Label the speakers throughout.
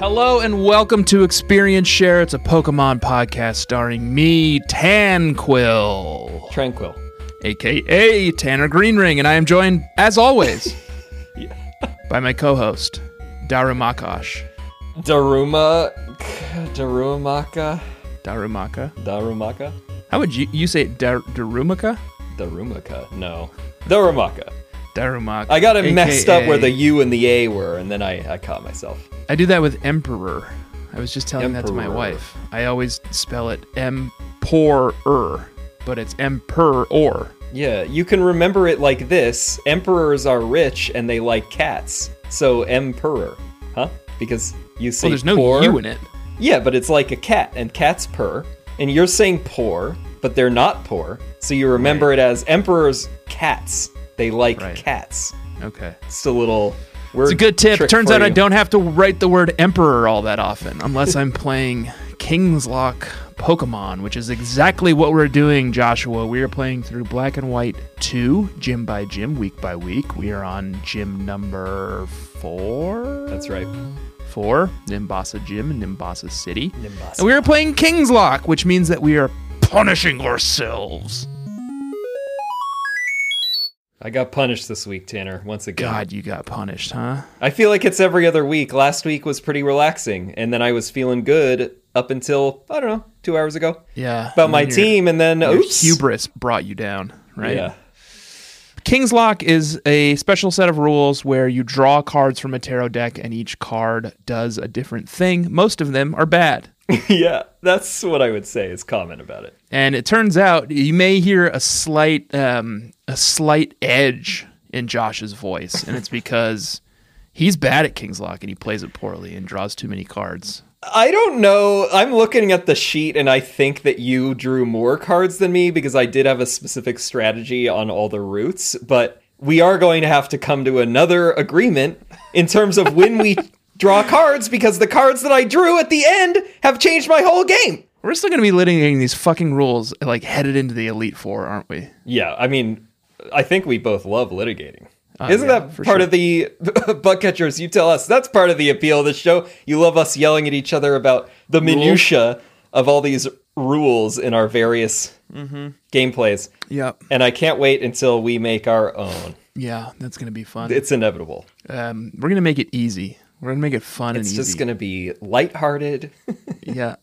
Speaker 1: Hello and welcome to Experience Share. It's a Pokemon podcast starring me, Tanquil,
Speaker 2: Tranquil.
Speaker 1: aka Tanner Greenring, and I am joined, as always, by my co-host, Daru Makash.
Speaker 2: Daruma. Darumaka.
Speaker 1: Darumaka.
Speaker 2: Darumaka?
Speaker 1: How would you you say it, Dar- Darumaka?
Speaker 2: Darumaka. No. Darumaka.
Speaker 1: Darumaka.
Speaker 2: I got it messed up
Speaker 1: AKA
Speaker 2: where the U and the A were, and then I, I caught myself.
Speaker 1: I do that with Emperor. I was just telling that to my
Speaker 2: Emperor.
Speaker 1: wife. I always spell it Emperor, but it's Emperor.
Speaker 2: Yeah, you can remember it like this Emperors are rich and they like cats. So, emperor. Huh? Because you say
Speaker 1: Well, there's no
Speaker 2: poor.
Speaker 1: U in it.
Speaker 2: Yeah, but it's like a cat, and cats purr. And you're saying poor, but they're not poor. So you remember it as emperors' cats. They like
Speaker 1: Right.
Speaker 2: cats.
Speaker 1: Okay.
Speaker 2: It's a little.
Speaker 1: It's a good tip. Turns out I
Speaker 2: don't.
Speaker 1: don't have to write the word emperor all that often, unless I'm playing King's Lock Pokemon, which is exactly what we're doing, Joshua. We are playing through Black and White 2, gym by gym, week by week. We are on gym number four.
Speaker 2: That's right.
Speaker 1: four, Nimbasa Gym in Nimbasa City.
Speaker 2: Nimbasa.
Speaker 1: And we are playing King's Lock, which means that we are punishing ourselves.
Speaker 2: I got punished this week, Tanner, once again.
Speaker 1: God, you got punished, huh?
Speaker 2: I feel like it's every other week. Last week was pretty relaxing, and then I was feeling good up until, I don't know, two hours ago
Speaker 1: Yeah.
Speaker 2: about
Speaker 1: and
Speaker 2: my
Speaker 1: then your-
Speaker 2: team, and then,
Speaker 1: Your
Speaker 2: oops.
Speaker 1: hubris brought you down, right?
Speaker 2: Yeah.
Speaker 1: King's Lock is a special set of rules where you draw cards from a tarot deck and each card does a different thing. Most of them are bad.
Speaker 2: yeah, that's what I would say is comment about it.
Speaker 1: And it turns out you may hear a slight um, a slight edge in Josh's voice, and it's because he's bad at King's Lock and he plays it poorly and draws too many cards.
Speaker 2: I don't know. I'm looking at the sheet, and I think that you drew more cards than me because I did have a specific strategy on all the routes. But we are going to have to come to another agreement in terms of when we draw cards because the cards that I drew at the end have changed my whole game.
Speaker 1: We're still going to be litigating these fucking rules like headed into the Elite Four, aren't we?
Speaker 2: Yeah, I mean, I think we both love litigating. Isn't
Speaker 1: Oh, yeah,
Speaker 2: that
Speaker 1: for
Speaker 2: part of the butt catchers? You tell us that's part of the appeal of the show. You love us yelling at each other about the minutia of all these rules in our various
Speaker 1: Mm-hmm.
Speaker 2: gameplays.
Speaker 1: Yep.
Speaker 2: And I can't wait until we make our own.
Speaker 1: Yeah, that's going to be fun.
Speaker 2: It's inevitable.
Speaker 1: Um, we're going to make it easy. We're going to make it fun
Speaker 2: It's
Speaker 1: and
Speaker 2: just
Speaker 1: easy.
Speaker 2: going to be lighthearted,
Speaker 1: yeah.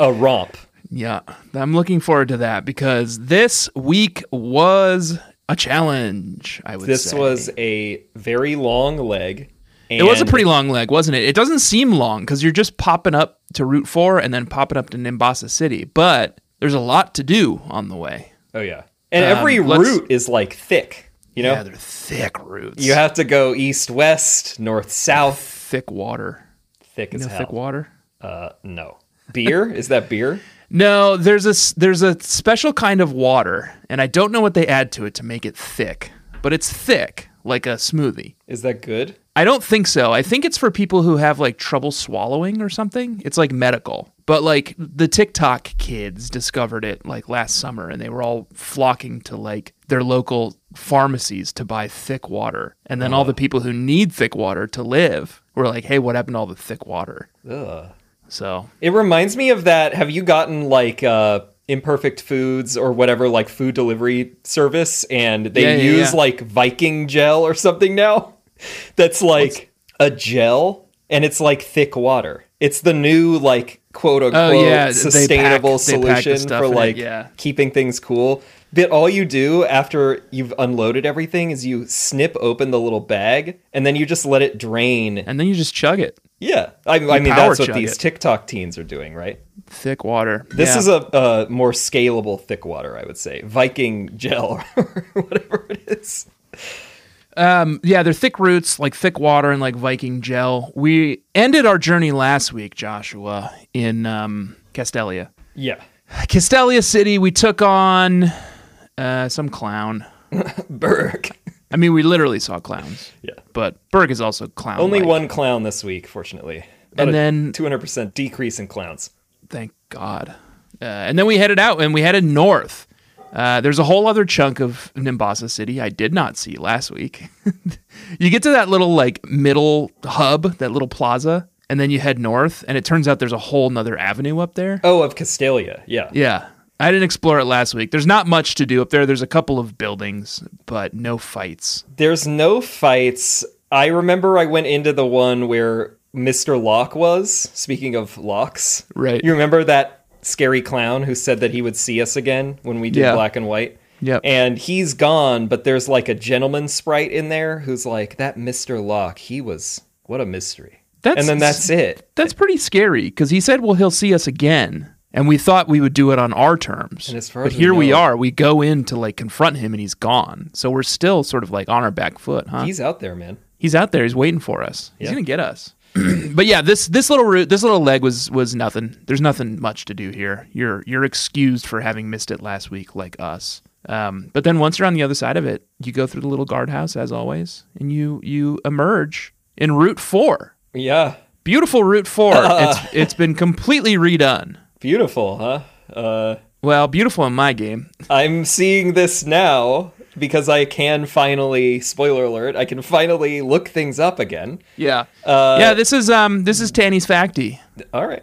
Speaker 2: a romp.
Speaker 1: Yeah. I'm looking forward to that because this week was a challenge, I would
Speaker 2: This
Speaker 1: say.
Speaker 2: was a very long leg.
Speaker 1: It was a
Speaker 2: and-
Speaker 1: pretty long leg, wasn't it? It doesn't seem long because you're just popping up to Route 4 and then popping up to Nimbasa City, but there's a lot to do on the way.
Speaker 2: Oh yeah, and
Speaker 1: Um,
Speaker 2: every
Speaker 1: let's-
Speaker 2: route is like thick. You know,
Speaker 1: Yeah, they're thick routes.
Speaker 2: You have to go east west, north south.
Speaker 1: thick water.
Speaker 2: Thick as
Speaker 1: You know,
Speaker 2: hell.
Speaker 1: thick water?
Speaker 2: uh, no. Beer? Is that beer?
Speaker 1: No, there's a s- there's a special kind of water, and I don't know what they add to it to make it thick, but it's thick like a smoothie.
Speaker 2: Is that good?
Speaker 1: I don't think so. I think it's for people who have like trouble swallowing or something. It's like medical. But like the TikTok kids discovered it like last summer and they were all flocking to like their local pharmacies to buy thick water. And then all
Speaker 2: Oh.
Speaker 1: the people who need thick water to live were like, "Hey, what happened to all the thick water?"
Speaker 2: Ugh.
Speaker 1: So,
Speaker 2: It reminds me of that. Have you gotten like uh, imperfect foods or whatever, like food delivery service, and they
Speaker 1: Yeah, yeah,
Speaker 2: use
Speaker 1: yeah.
Speaker 2: like Viking gel or something now? That's like a gel, and it's like thick water. It's the new like quote unquote
Speaker 1: Oh, yeah, they pack-
Speaker 2: sustainable
Speaker 1: they pack the
Speaker 2: solution
Speaker 1: stuff
Speaker 2: for
Speaker 1: in it,
Speaker 2: like
Speaker 1: yeah.
Speaker 2: keeping things cool. But all you do after you've unloaded everything is you snip open the little bag and then you just let it drain.
Speaker 1: and then you just chug it.
Speaker 2: Yeah, I, I mean
Speaker 1: power
Speaker 2: that's what
Speaker 1: chug
Speaker 2: these
Speaker 1: it.
Speaker 2: TikTok teens are doing, right?
Speaker 1: Thick water.
Speaker 2: This
Speaker 1: Yeah.
Speaker 2: is a, a more scalable thick water, I would say. Viking gel or whatever it is.
Speaker 1: Mm, yeah, they're thick roots, like thick water and like Viking gel. We ended our journey last week, Joshua, in um, Castelia.
Speaker 2: Yeah.
Speaker 1: Castelia City, we took on uh, some clown.
Speaker 2: Berg.
Speaker 1: I mean, we literally saw clowns,
Speaker 2: Yeah.
Speaker 1: but Berg is also clown.
Speaker 2: Only one clown this week, fortunately.
Speaker 1: And then-
Speaker 2: 200% decrease in clowns.
Speaker 1: Thank God. Uh, and then we headed out and we headed north. Uh, there's a whole other chunk of Nimbasa City I did not see last week. you get to that little like middle hub, that little plaza, and then you head north, and it turns out there's a whole nother avenue up there.
Speaker 2: Oh, of Castalia. Yeah.
Speaker 1: Yeah. I didn't explore it last week. There's not much to do up there. There's a couple of buildings, but no fights.
Speaker 2: There's no fights. I remember I went into the one where Mr. Locke was. Speaking of locks,
Speaker 1: Right.
Speaker 2: you remember that scary clown who said that he would see us again when we did
Speaker 1: Yeah.
Speaker 2: black and white?
Speaker 1: Yep.
Speaker 2: And he's gone, but there's like a gentleman sprite in there who's like, that Mr. Locke, he was, what a mystery.
Speaker 1: That's-
Speaker 2: and then that's it.
Speaker 1: That's pretty scary because he said, well, he'll see us again. And we thought we would do it on our terms.
Speaker 2: And as far
Speaker 1: but
Speaker 2: as we
Speaker 1: here we
Speaker 2: know-
Speaker 1: are. We go in to like confront him and he's gone. So we're still sort of like on our back foot, huh?
Speaker 2: He's out there, man.
Speaker 1: he's out there. He's waiting for us. He's
Speaker 2: Yeah.
Speaker 1: gonna get us. but yeah, this this little route, this little leg was was nothing. There's nothing much to do here. You're you're excused for having missed it last week, like us. Um, but then once you're on the other side of it, you go through the little guardhouse as always, and you you emerge in Route Four.
Speaker 2: Yeah.
Speaker 1: Beautiful Route Four. It's it's been completely redone.
Speaker 2: Beautiful, huh? Uh,
Speaker 1: Well, beautiful in my game.
Speaker 2: I'm seeing this now because I can finally, spoiler alert, I can finally look things up again.
Speaker 1: Yeah.
Speaker 2: Uh,
Speaker 1: yeah, this is um this is Tanny's Facty.
Speaker 2: All right.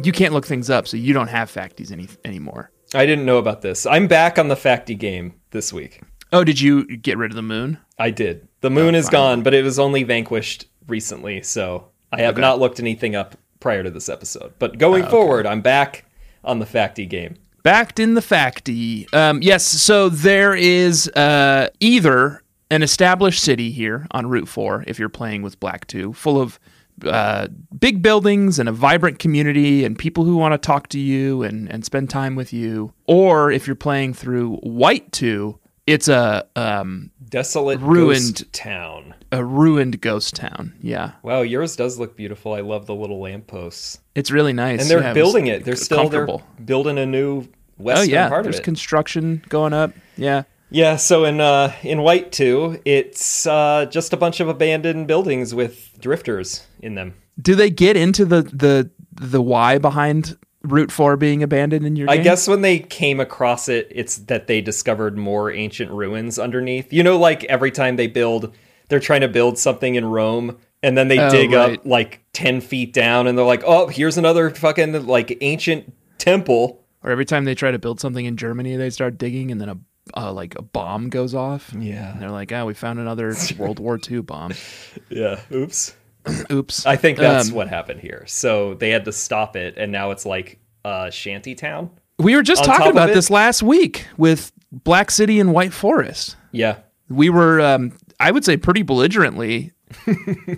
Speaker 1: You can't look things up, so you don't have facties any anymore.
Speaker 2: I didn't know about this. I'm back on the Facty game this week.
Speaker 1: Oh, did you get rid of the moon?
Speaker 2: I did.
Speaker 1: Oh,
Speaker 2: The moon is gone, but it was only vanquished recently, so I have not looked anything up prior to this episode. But going
Speaker 1: Oh,
Speaker 2: forward, I'm back on the Facty game.
Speaker 1: Backed in the facty. Um, yes, so there is uh, either an established city here on Route 4, if you're playing with Black 2, full of uh, big buildings and a vibrant community and people who want to talk to you and, and spend time with you. Or if you're playing through White 2, it's a um,
Speaker 2: Desolate
Speaker 1: Ruined.
Speaker 2: ghost town.
Speaker 1: a ruined ghost town. Yeah,
Speaker 2: Wow, yours does look beautiful. I love the little lampposts.
Speaker 1: it's really nice.
Speaker 2: And they're
Speaker 1: Yeah, was
Speaker 2: building it. They're still they're
Speaker 1: comfortable.
Speaker 2: building a new
Speaker 1: Oh
Speaker 2: western
Speaker 1: yeah,
Speaker 2: part of
Speaker 1: there's
Speaker 2: it.
Speaker 1: construction going up. Yeah.
Speaker 2: Yeah, so in uh, in White 2, it's uh, just a bunch of abandoned buildings with drifters in them.
Speaker 1: Do they get into the the the why behind Route Four being abandoned in your
Speaker 2: I
Speaker 1: game?
Speaker 2: guess when they came across it, it's that they discovered more ancient ruins underneath. You know, like every time they build, they're trying to build something in Rome, and then they
Speaker 1: Oh,
Speaker 2: dig
Speaker 1: right.
Speaker 2: up like 10 feet down, and they're like, oh, here's another fucking like ancient temple.
Speaker 1: Or every time they try to build something in Germany, they start digging, and then a uh, like a bomb goes off.
Speaker 2: Yeah.
Speaker 1: and they're like, "Oh, we found another World War II bomb.
Speaker 2: Yeah, oops.
Speaker 1: Oops."
Speaker 2: I think that's
Speaker 1: Um,
Speaker 2: what happened here. So they had to stop it, and now it's like a shanty town.
Speaker 1: we were just
Speaker 2: on
Speaker 1: talking
Speaker 2: top of
Speaker 1: about
Speaker 2: it-
Speaker 1: this last week with Black City and White Forest.
Speaker 2: Yeah.
Speaker 1: We were, um, I would say, pretty belligerently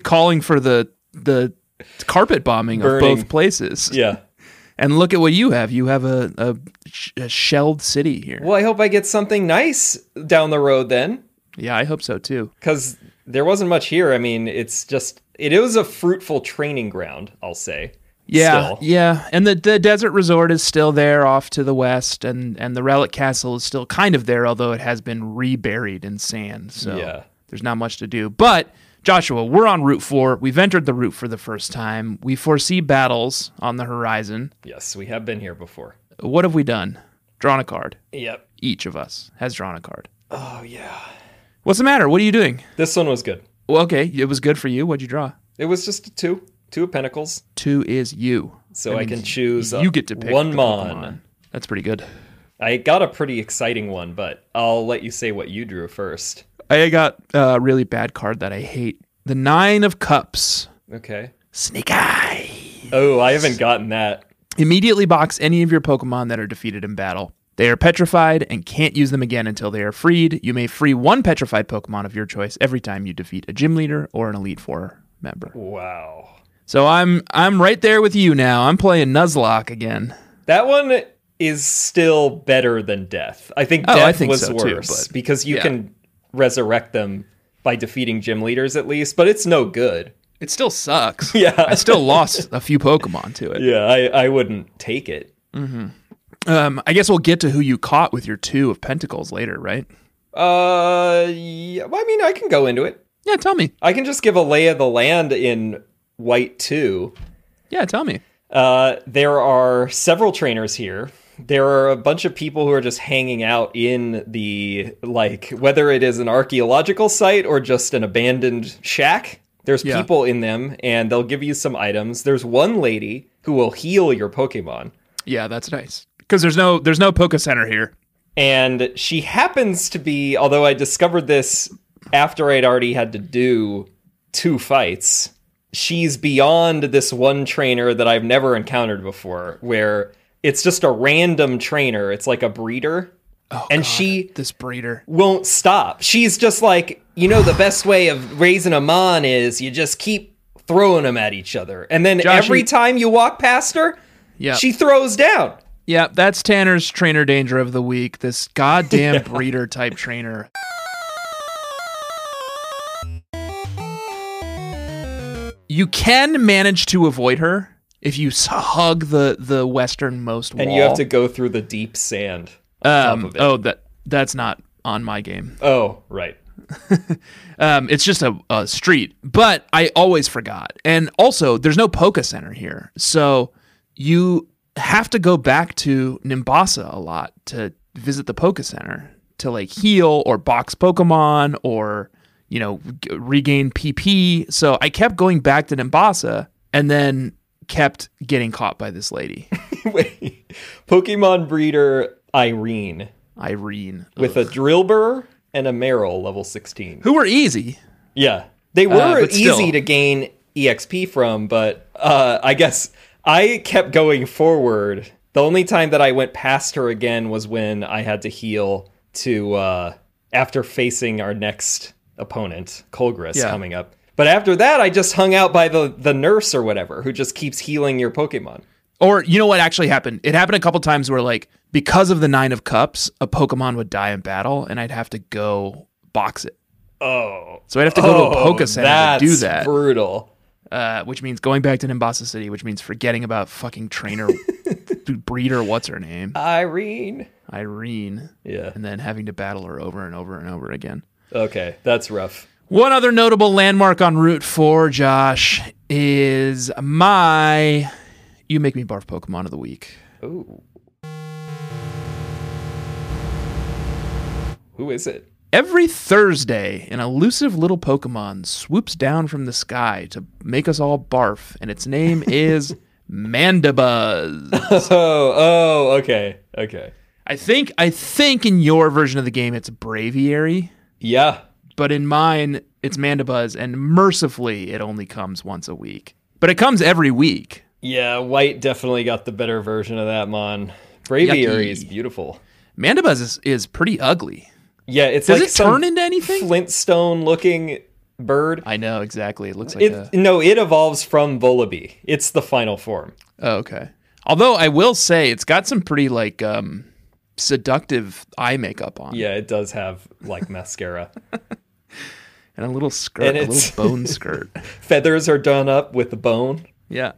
Speaker 1: calling for the the carpet bombing
Speaker 2: Burning.
Speaker 1: of both places.
Speaker 2: Yeah.
Speaker 1: And look at what you have. You have a, a, sh- a shelled city here.
Speaker 2: Well, I hope I get something nice down the road then.
Speaker 1: Yeah, I hope so too.
Speaker 2: because there wasn't much here. I mean, it's just it, was a fruitful training ground, I'll say.
Speaker 1: Yeah,
Speaker 2: Still.
Speaker 1: yeah. And the, the desert resort is still there off to the west, and, and the relic castle is still kind of there, although it has been reburied in sand. So
Speaker 2: Yeah.
Speaker 1: there's not much to do. But Joshua, we're on Route 4. We've entered the route for the first time. We foresee battles on the horizon.
Speaker 2: Yes, we have been here before.
Speaker 1: What have we done? Drawn a card.
Speaker 2: Yep.
Speaker 1: Each of us has drawn a card.
Speaker 2: Oh yeah.
Speaker 1: What's the matter? What are you doing?
Speaker 2: This one was good.
Speaker 1: Well, okay, it was good for you. What'd you draw?
Speaker 2: It was just a two, two of Pentacles,
Speaker 1: Two is you.
Speaker 2: so
Speaker 1: That
Speaker 2: I
Speaker 1: means
Speaker 2: can choose. uh,
Speaker 1: you get to pick
Speaker 2: one
Speaker 1: the
Speaker 2: mon.
Speaker 1: Pokemon. That's pretty good.
Speaker 2: I got a pretty exciting one, but I'll let you say what you drew first.
Speaker 1: I got a really bad card that I hate. The nine of cups.
Speaker 2: Okay.
Speaker 1: Snake eye.
Speaker 2: Oh, I haven't gotten that.
Speaker 1: Immediately box any of your Pokemon that are defeated in battle. They are petrified and can't use them again until they are freed. You may free one petrified Pokemon of your choice every time you defeat a gym leader or an Elite Four member.
Speaker 2: Wow.
Speaker 1: So I'm I'm right there with you now. I'm playing Nuzlocke again.
Speaker 2: That one is still better than death. I think
Speaker 1: Oh,
Speaker 2: death
Speaker 1: I think
Speaker 2: was
Speaker 1: so too,
Speaker 2: worse
Speaker 1: but-
Speaker 2: because you
Speaker 1: yeah.
Speaker 2: can resurrect them by defeating gym leaders at least, but it's no good.
Speaker 1: It still sucks.
Speaker 2: Yeah.
Speaker 1: I still lost a few Pokemon to it.
Speaker 2: Yeah, I, I wouldn't take it.
Speaker 1: Um, I guess we'll get to who you caught with your two of Pentacles later, right?
Speaker 2: Uh, yeah, well, I mean, I can go into it.
Speaker 1: Yeah, tell me.
Speaker 2: I can just give a lay of the land in White 2.
Speaker 1: Yeah, tell me.
Speaker 2: Uh, there are several trainers here. there are a bunch of people who are just hanging out in the like whether it is an archaeological site or just an abandoned shack there's
Speaker 1: Yeah.
Speaker 2: people in them and they'll give you some items there's one lady who will heal your pokemon
Speaker 1: Yeah, that's nice. Because there's no there's no Poke Center here.
Speaker 2: and she happens to be although i discovered this after i'd already had to do two fights she's beyond this one trainer that i've never encountered before where it's just a random trainer it's like a breeder
Speaker 1: Oh,
Speaker 2: and she
Speaker 1: This breeder.
Speaker 2: won't stop she's just like you know the best way of raising them on is you just keep throwing them at each other and then
Speaker 1: Josh,
Speaker 2: every
Speaker 1: you-
Speaker 2: time you walk past her
Speaker 1: Yeah.
Speaker 2: she throws down
Speaker 1: yeah, that's Tanner's trainer danger of the week. This goddamn breeder type trainer. You can manage to avoid her if you s- hug the the westernmost wall.
Speaker 2: and you have to go through the deep sand
Speaker 1: um,
Speaker 2: of it.
Speaker 1: oh that that's not on my game.
Speaker 2: oh right
Speaker 1: Um, it's just a, a street, but I always forgot. And also, there's no Poke Center here, so you have to go back to Nimbasa a lot to visit the Poke Center to like heal or box Pokemon or you know g- regain PP. So I kept going back to Nimbasa and then kept getting caught by this lady,
Speaker 2: Wait, Pokemon breeder Irene
Speaker 1: Irene,
Speaker 2: with a Drillbur and a Meryl level 16.
Speaker 1: who were easy.
Speaker 2: Yeah. They were
Speaker 1: Uh, but
Speaker 2: easy
Speaker 1: still.
Speaker 2: to gain EXP from, but uh, I guess I kept going forward. The only time that I went past her again was when I had to heal to uh, after facing our next opponent, Colgress,
Speaker 1: Yeah.
Speaker 2: coming up. But after that, I just hung out by the, the nurse or whatever who just keeps healing your Pokemon.
Speaker 1: Or you know what actually happened? It happened a couple times where like because of the nine of cups, a Pokemon would die in battle, and I'd have to go box it.
Speaker 2: Oh.
Speaker 1: So I'd have to go to a Poke Center to do
Speaker 2: that's
Speaker 1: that,
Speaker 2: Brutal.
Speaker 1: uh, which means going back to Nimbasa City, which means forgetting about fucking trainer breeder, what's her name,
Speaker 2: Irene.
Speaker 1: Irene,
Speaker 2: Yeah.
Speaker 1: and then having to battle her over and over and over again.
Speaker 2: Okay, that's rough.
Speaker 1: One other notable landmark on Route 4, Josh, is my You Make Me Barf Pokemon of the Week.
Speaker 2: Ooh. Who is it?
Speaker 1: Every Thursday, an elusive little Pokemon swoops down from the sky to make us all barf, and its name is Mandibuzz.
Speaker 2: Oh, oh, okay, okay.
Speaker 1: I think I think in your version of the game it's Braviary,
Speaker 2: Yeah.
Speaker 1: but in mine it's Mandibuzz, and mercifully it only comes once a week. But it comes every week.
Speaker 2: Yeah, White definitely got the better version of that mon. Braviary is beautiful.
Speaker 1: Mandibuzz is, is pretty ugly.
Speaker 2: Yeah, it's
Speaker 1: Does
Speaker 2: like
Speaker 1: it
Speaker 2: some
Speaker 1: turn into anything?
Speaker 2: Flintstone looking bird.
Speaker 1: I know exactly. It looks like
Speaker 2: It
Speaker 1: a
Speaker 2: no, it evolves from Volibee. It's the final form.
Speaker 1: Oh, okay. Although I will say it's got some pretty like um seductive eye makeup on.
Speaker 2: Yeah, it does have like mascara.
Speaker 1: And a little skirt,
Speaker 2: And
Speaker 1: a
Speaker 2: it's-
Speaker 1: little bone skirt.
Speaker 2: Feathers are done up with the bone.
Speaker 1: yeah.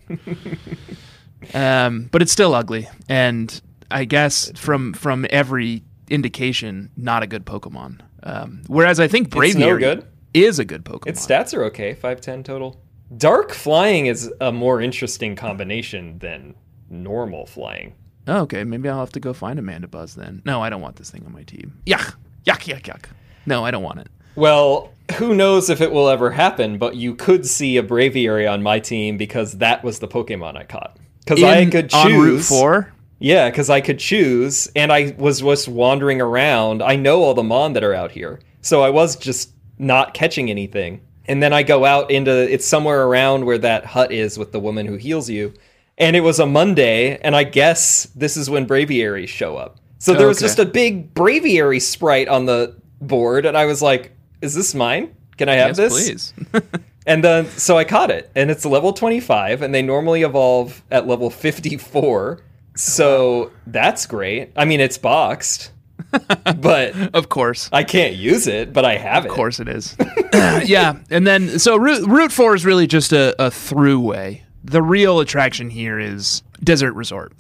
Speaker 1: um, but it's still ugly and I guess from from every indication not a good Pokemon. Um, whereas I think Braviary
Speaker 2: good.
Speaker 1: is a good Pokemon.
Speaker 2: Its stats are okay, 5'10 total. Dark flying is a more interesting combination than normal flying.
Speaker 1: oh, okay, maybe I'll have to go find Amanda Buzz then. No, I don't want this thing on my team. Yuck. Yuck, yuck, yuck. No, I don't want it.
Speaker 2: Well, who knows if it will ever happen, but you could see a Braviary on my team because that was the Pokemon I caught. Because I
Speaker 1: In-
Speaker 2: could choose.
Speaker 1: on Route 4.
Speaker 2: Yeah, because I could choose, and I was just wandering around. I know all the Mon that are out here, so I was just not catching anything. And then I go out into it's somewhere around where that hut is with the woman who heals you. And it was a Monday, and I guess this is when Braviaries show up. So there was
Speaker 1: Okay.
Speaker 2: just a big Braviary sprite on the board, and I was like, "Is this mine? Can I
Speaker 1: Yes,
Speaker 2: have this?"
Speaker 1: please.
Speaker 2: And then so I caught it, and it's level 25, and they normally evolve at level 54. So that's great. I mean, it's boxed, but
Speaker 1: of course.
Speaker 2: I can't use it, but I have
Speaker 1: Of
Speaker 2: it.
Speaker 1: course it is. yeah, and then so route route four is really just a, a throughway. The real attraction here is Desert Resort.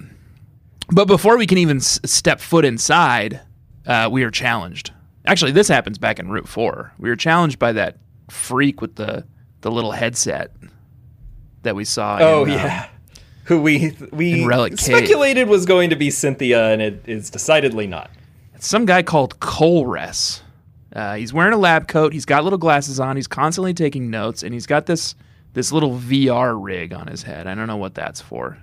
Speaker 1: But before we can even s- step foot inside, uh, we are challenged. Actually, this happens back in Route Four. We were challenged by that freak with the the little headset that we saw.
Speaker 2: Oh,
Speaker 1: in, um,
Speaker 2: yeah. who we we
Speaker 1: And Relic Cave.
Speaker 2: speculated was going to be Cynthia, and it is decidedly not.
Speaker 1: It's some guy called Colress. Uh, he's wearing a lab coat. He's got little glasses on. He's constantly taking notes, and he's got this this little VR rig on his head. I don't know what that's for.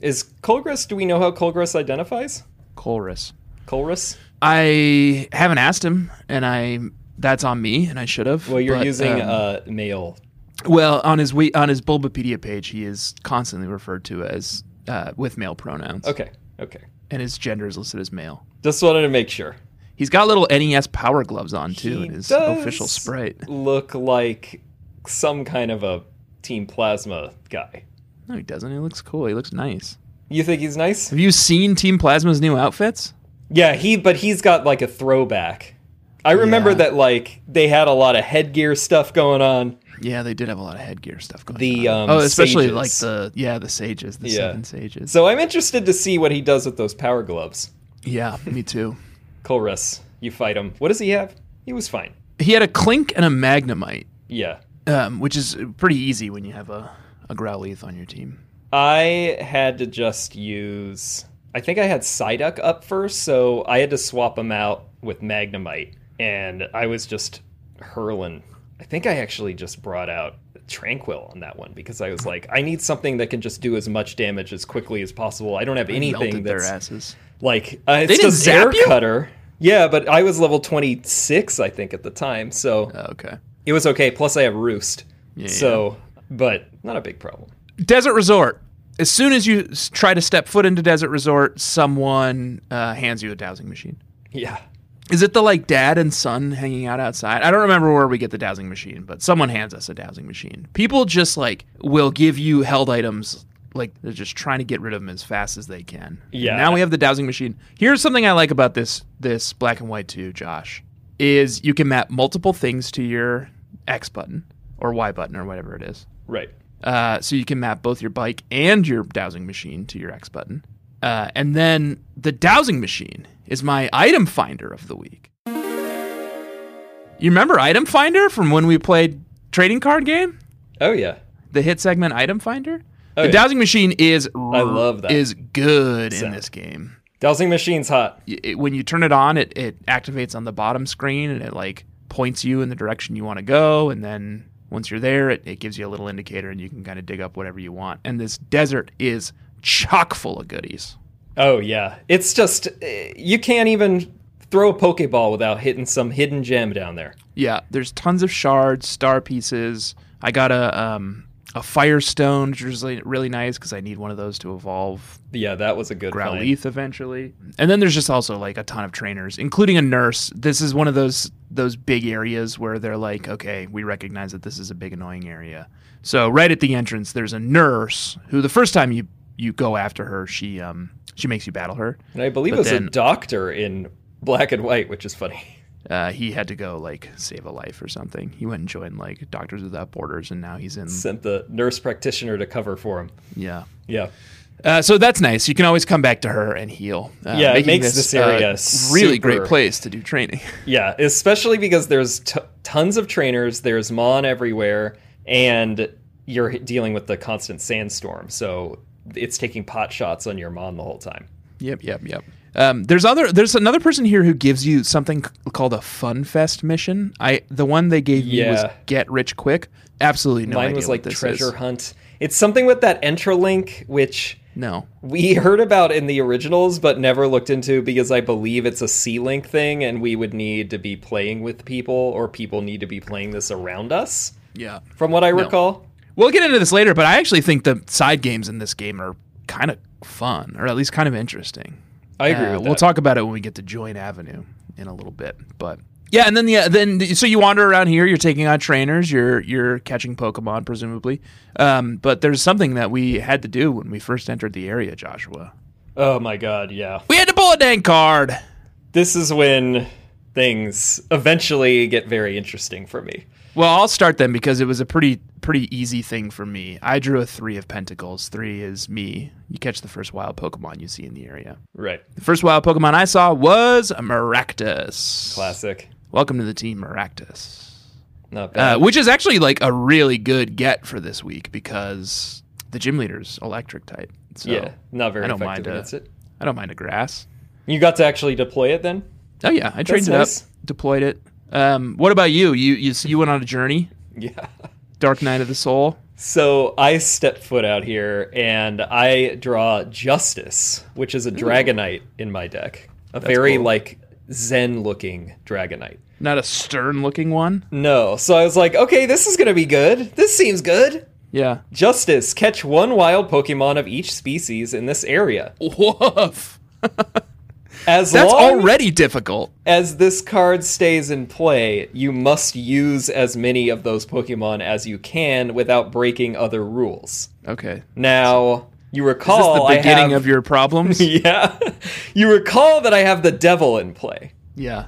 Speaker 2: Is Colgress? Do we know how Colgress identifies?
Speaker 1: Colress.
Speaker 2: Colress.
Speaker 1: I haven't asked him, and I that's on me, and I should have.
Speaker 2: Well, you're
Speaker 1: but,
Speaker 2: using
Speaker 1: um,
Speaker 2: uh, male.
Speaker 1: well on his we, on his Bulbapedia page, he is constantly referred to as uh, with male pronouns,
Speaker 2: Okay, okay.
Speaker 1: and his gender is listed as male.
Speaker 2: Just wanted to make sure.
Speaker 1: He's got little NES power gloves on too,
Speaker 2: He
Speaker 1: in his
Speaker 2: does
Speaker 1: official sprite.
Speaker 2: Look like some kind of a Team Plasma guy.
Speaker 1: No, he doesn't. He looks cool. He looks nice.
Speaker 2: You think he's nice?
Speaker 1: Have you seen Team Plasma's new outfits?
Speaker 2: Yeah, he. But he's got like a throwback. I remember
Speaker 1: Yeah.
Speaker 2: that like they had a lot of headgear stuff going on.
Speaker 1: Yeah, they did have a lot of headgear stuff going
Speaker 2: The,
Speaker 1: on.
Speaker 2: um,
Speaker 1: oh, especially
Speaker 2: sages.
Speaker 1: like the yeah, the sages, the
Speaker 2: Yeah.
Speaker 1: seven sages.
Speaker 2: So I'm interested to see what he does with those power gloves.
Speaker 1: yeah, me too.
Speaker 2: Colress, you fight him. What does he have? He was fine.
Speaker 1: He had a clink and a magnemite,
Speaker 2: Yeah.
Speaker 1: um, which is pretty easy when you have a a Growlithe on your team.
Speaker 2: I had to just use. I think I had Psyduck up first, so I had to swap him out with Magnemite, and I was just hurling. I think I actually just brought out Tranquil on that one because I was like, I need something that can just do as much damage as quickly as possible. I don't have anything
Speaker 1: Melted their
Speaker 2: that's
Speaker 1: asses.
Speaker 2: like uh, it's
Speaker 1: They didn't
Speaker 2: just air
Speaker 1: zap you?
Speaker 2: cutter. Yeah, but I was level twenty six, I think, at the time, so
Speaker 1: Oh, okay.
Speaker 2: it was okay. Plus, I have Roost,
Speaker 1: Yeah,
Speaker 2: so but not a big problem.
Speaker 1: Desert Resort. As soon as you s- try to step foot into Desert Resort, someone uh, hands you a dowsing machine.
Speaker 2: Yeah.
Speaker 1: Is it the like dad and son hanging out outside? I don't remember where we get the dowsing machine, but someone hands us a dowsing machine. People just like will give you held items like they're just trying to get rid of them as fast as they can. And
Speaker 2: Yeah.
Speaker 1: now we have the dowsing machine. Here's something I like about this this black and white too, Josh, is you can map multiple things to your X button or Y button or whatever it is.
Speaker 2: Right.
Speaker 1: Uh, so you can map both your bike and your dowsing machine to your X button. Uh, and then the dowsing machine is my item finder of the week. You remember item finder from when we played trading card game?
Speaker 2: Oh yeah.
Speaker 1: The hit segment item finder?
Speaker 2: Oh,
Speaker 1: the
Speaker 2: yeah.
Speaker 1: dowsing machine is
Speaker 2: love that.
Speaker 1: is good in
Speaker 2: Sound.
Speaker 1: this game.
Speaker 2: Dowsing machine's hot.
Speaker 1: Y- it- when you turn it on, it, it activates on the bottom screen and it like points you in the direction you want to go. And then once you're there, it, it gives you a little indicator and you can kind of dig up whatever you want. And this desert is chock full of goodies.
Speaker 2: Oh yeah. It's just uh, you can't even throw a pokeball without hitting some hidden gem down there.
Speaker 1: Yeah, there's tons of shards, star pieces. I got a um, a firestone, which is really, really nice because I need one of those to evolve
Speaker 2: Yeah, that was a good find.
Speaker 1: Growlithe eventually. And then there's just also like a ton of trainers, including a nurse. This is one of those those big areas where they're like, okay, we recognize that this is a big annoying area. So right at the entrance, there's a nurse who the first time you you go after her, she um she makes you battle her.
Speaker 2: And I believe it
Speaker 1: But
Speaker 2: was a
Speaker 1: then-
Speaker 2: doctor in black and white, which is funny.
Speaker 1: Uh, he had to go like save a life or something. He went and joined like Doctors Without Borders, and now he's in
Speaker 2: Sent the nurse practitioner to cover for him.
Speaker 1: yeah.
Speaker 2: Yeah.
Speaker 1: Uh, so that's nice. You can always come back to her and heal. Uh,
Speaker 2: Yeah, it
Speaker 1: making
Speaker 2: makes this area
Speaker 1: really great
Speaker 2: super-
Speaker 1: place to do training.
Speaker 2: Yeah, especially because there's t- tons of trainers, there's Mon everywhere, and you're h- dealing with the constant sandstorm. So it's taking pot shots on your Mon the whole time.
Speaker 1: Yep, yep, yep. Um, there's other. There's another person here who gives you something c- called a fun fest mission. I the one they gave me was
Speaker 2: Yeah.
Speaker 1: get rich quick. Absolutely no
Speaker 2: Mine
Speaker 1: idea
Speaker 2: was
Speaker 1: what
Speaker 2: like
Speaker 1: this
Speaker 2: treasure
Speaker 1: is.
Speaker 2: hunt. It's something with that Entralink, which
Speaker 1: No,
Speaker 2: we heard about in the originals but never looked into because I believe it's a C Link thing and we would need to be playing with people or people need to be playing this around us,
Speaker 1: yeah.
Speaker 2: from what I recall.
Speaker 1: We'll get into this later, but I actually think the side games in this game are kind of fun, or at least kind of interesting.
Speaker 2: I agree
Speaker 1: Uh,
Speaker 2: with that.
Speaker 1: We'll talk about it when we get to Joint Avenue in a little bit, but yeah, and then the then so you wander around here, you're taking on trainers, you're you're catching Pokemon presumably, um, but there's something that we had to do when we first entered the area, Joshua.
Speaker 2: oh my god, yeah.
Speaker 1: We had to pull a dang card.
Speaker 2: This is when things eventually get very interesting for me.
Speaker 1: Well, I'll start then because it was a pretty pretty easy thing for me. I drew a three of Pentacles. Three is me. You catch the first wild Pokemon you see in the area.
Speaker 2: Right.
Speaker 1: The first wild Pokemon I saw was Maractus.
Speaker 2: Classic.
Speaker 1: Welcome to the team, Maractus.
Speaker 2: Not
Speaker 1: Uh,
Speaker 2: bad.
Speaker 1: which is actually like a really good get for this week because the gym leader's electric type. So
Speaker 2: yeah, not very
Speaker 1: I don't
Speaker 2: effective.
Speaker 1: mind a-
Speaker 2: That's it.
Speaker 1: I don't mind a grass.
Speaker 2: You got to actually deploy it then.
Speaker 1: Oh yeah, I trained it
Speaker 2: nice.
Speaker 1: up, deployed it. Um, what about you? You you you went on a journey,
Speaker 2: Yeah.
Speaker 1: Dark Night of the Soul.
Speaker 2: So I step foot out here and I draw Justice, which is a Dragonite in my deck. A very
Speaker 1: cool.
Speaker 2: like Zen looking Dragonite.
Speaker 1: Not a stern looking one.
Speaker 2: No. So I was like, okay, this is going to be good. This seems good.
Speaker 1: Yeah.
Speaker 2: Justice, catch one wild Pokemon of each species in this area.
Speaker 1: Woof.
Speaker 2: As
Speaker 1: That's
Speaker 2: long
Speaker 1: already difficult.
Speaker 2: as this card stays in play, you must use as many of those Pokemon as you can without breaking other rules.
Speaker 1: Okay.
Speaker 2: Now, you
Speaker 1: Is this
Speaker 2: recall
Speaker 1: the beginning
Speaker 2: I have,
Speaker 1: of your problems?
Speaker 2: yeah, you recall that I have the devil in play,
Speaker 1: yeah.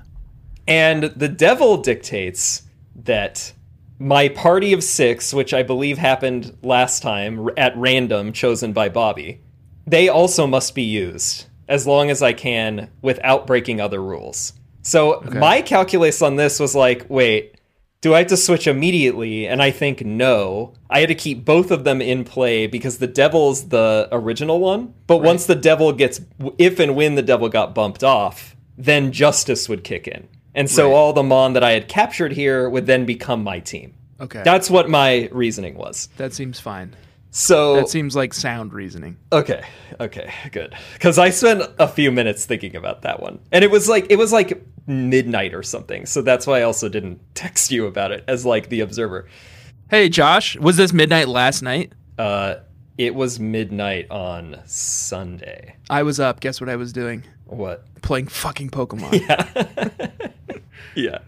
Speaker 2: and the devil dictates that my party of six, which I believe happened last time r- at random, chosen by Bobby, they also must be used as long as I can without breaking other rules. So my calculus on this was like, wait, do I have to switch immediately? And I think no. I had to keep both of them in play because the devil's the original one. But once the devil gets, if and when the devil got bumped off, then justice would kick in. And so
Speaker 1: Right.
Speaker 2: all the Mon that I had captured here would then become my team.
Speaker 1: Okay.
Speaker 2: That's what my reasoning was.
Speaker 1: that seems fine.
Speaker 2: So
Speaker 1: That seems like sound reasoning.
Speaker 2: Okay. Okay. Good. Because I spent a few minutes thinking about that one, and it was like it was like midnight or something. So that's why I also didn't text you about it as like the observer.
Speaker 1: Hey Josh, was this midnight last night?
Speaker 2: Uh, it was midnight on Sunday.
Speaker 1: I was up. Guess what I was doing?
Speaker 2: What?
Speaker 1: Playing fucking Pokemon.
Speaker 2: Yeah.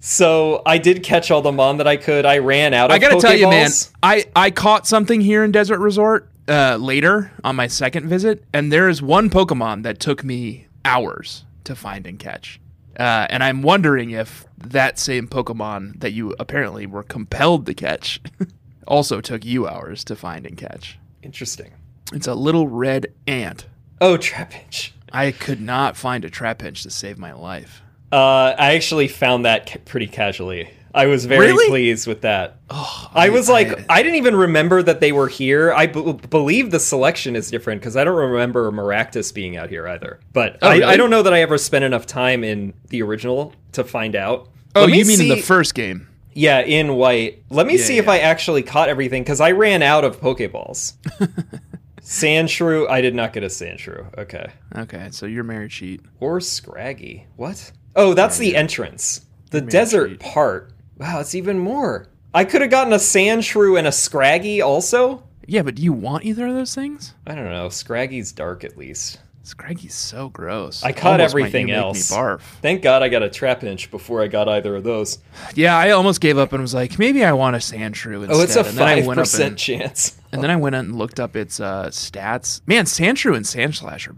Speaker 2: So I did catch all the mon that I could. I ran out. Of
Speaker 1: I gotta tell you, man,
Speaker 2: Pokeballs.
Speaker 1: I, I caught something here in Desert Resort uh, later on my second visit, and there is one Pokemon that took me hours to find and catch. Uh, and I'm wondering if that same Pokemon that you apparently were compelled to catch also took you hours to find and catch.
Speaker 2: Interesting.
Speaker 1: It's a little red ant.
Speaker 2: Oh, Trapinch.
Speaker 1: I could not find a Trapinch to save my life.
Speaker 2: Uh, I actually found that ca- pretty casually. I was very
Speaker 1: Really? Oh,
Speaker 2: pleased with that. I, was like, I, didn't even remember that they were here. I b- believe the selection is different because I don't remember Maractus being out here either. But I,
Speaker 1: Oh, really?
Speaker 2: I don't know that I ever spent enough time in the original to find out.
Speaker 1: Oh,
Speaker 2: Let me
Speaker 1: you mean in the
Speaker 2: see-
Speaker 1: first game?
Speaker 2: Yeah, in white. Let me see if
Speaker 1: yeah.
Speaker 2: I actually caught everything because I ran out of Pokeballs. Sandshrew, I did not get a Sandshrew. Okay.
Speaker 1: Okay, so you're married cheat.
Speaker 2: Or Scraggy. What? Oh, that's the entrance. The desert part. Wow, it's even more. I could have gotten a sand shrew and a Scraggy also.
Speaker 1: Yeah, but do you want either of those things?
Speaker 2: I don't know. Scraggy's dark at least.
Speaker 1: Scraggy's so gross.
Speaker 2: I caught
Speaker 1: Almost might
Speaker 2: everything
Speaker 1: you make me
Speaker 2: else.
Speaker 1: barf.
Speaker 2: Thank God I got a trap inch before I got either of those.
Speaker 1: Yeah, I almost gave up and was like, maybe I want a sand shrew instead.
Speaker 2: Oh, it's a
Speaker 1: and then I
Speaker 2: five
Speaker 1: went up
Speaker 2: percent
Speaker 1: and,
Speaker 2: chance.
Speaker 1: and then I went out and looked up its uh, stats. Man, sand shrew and sand slash are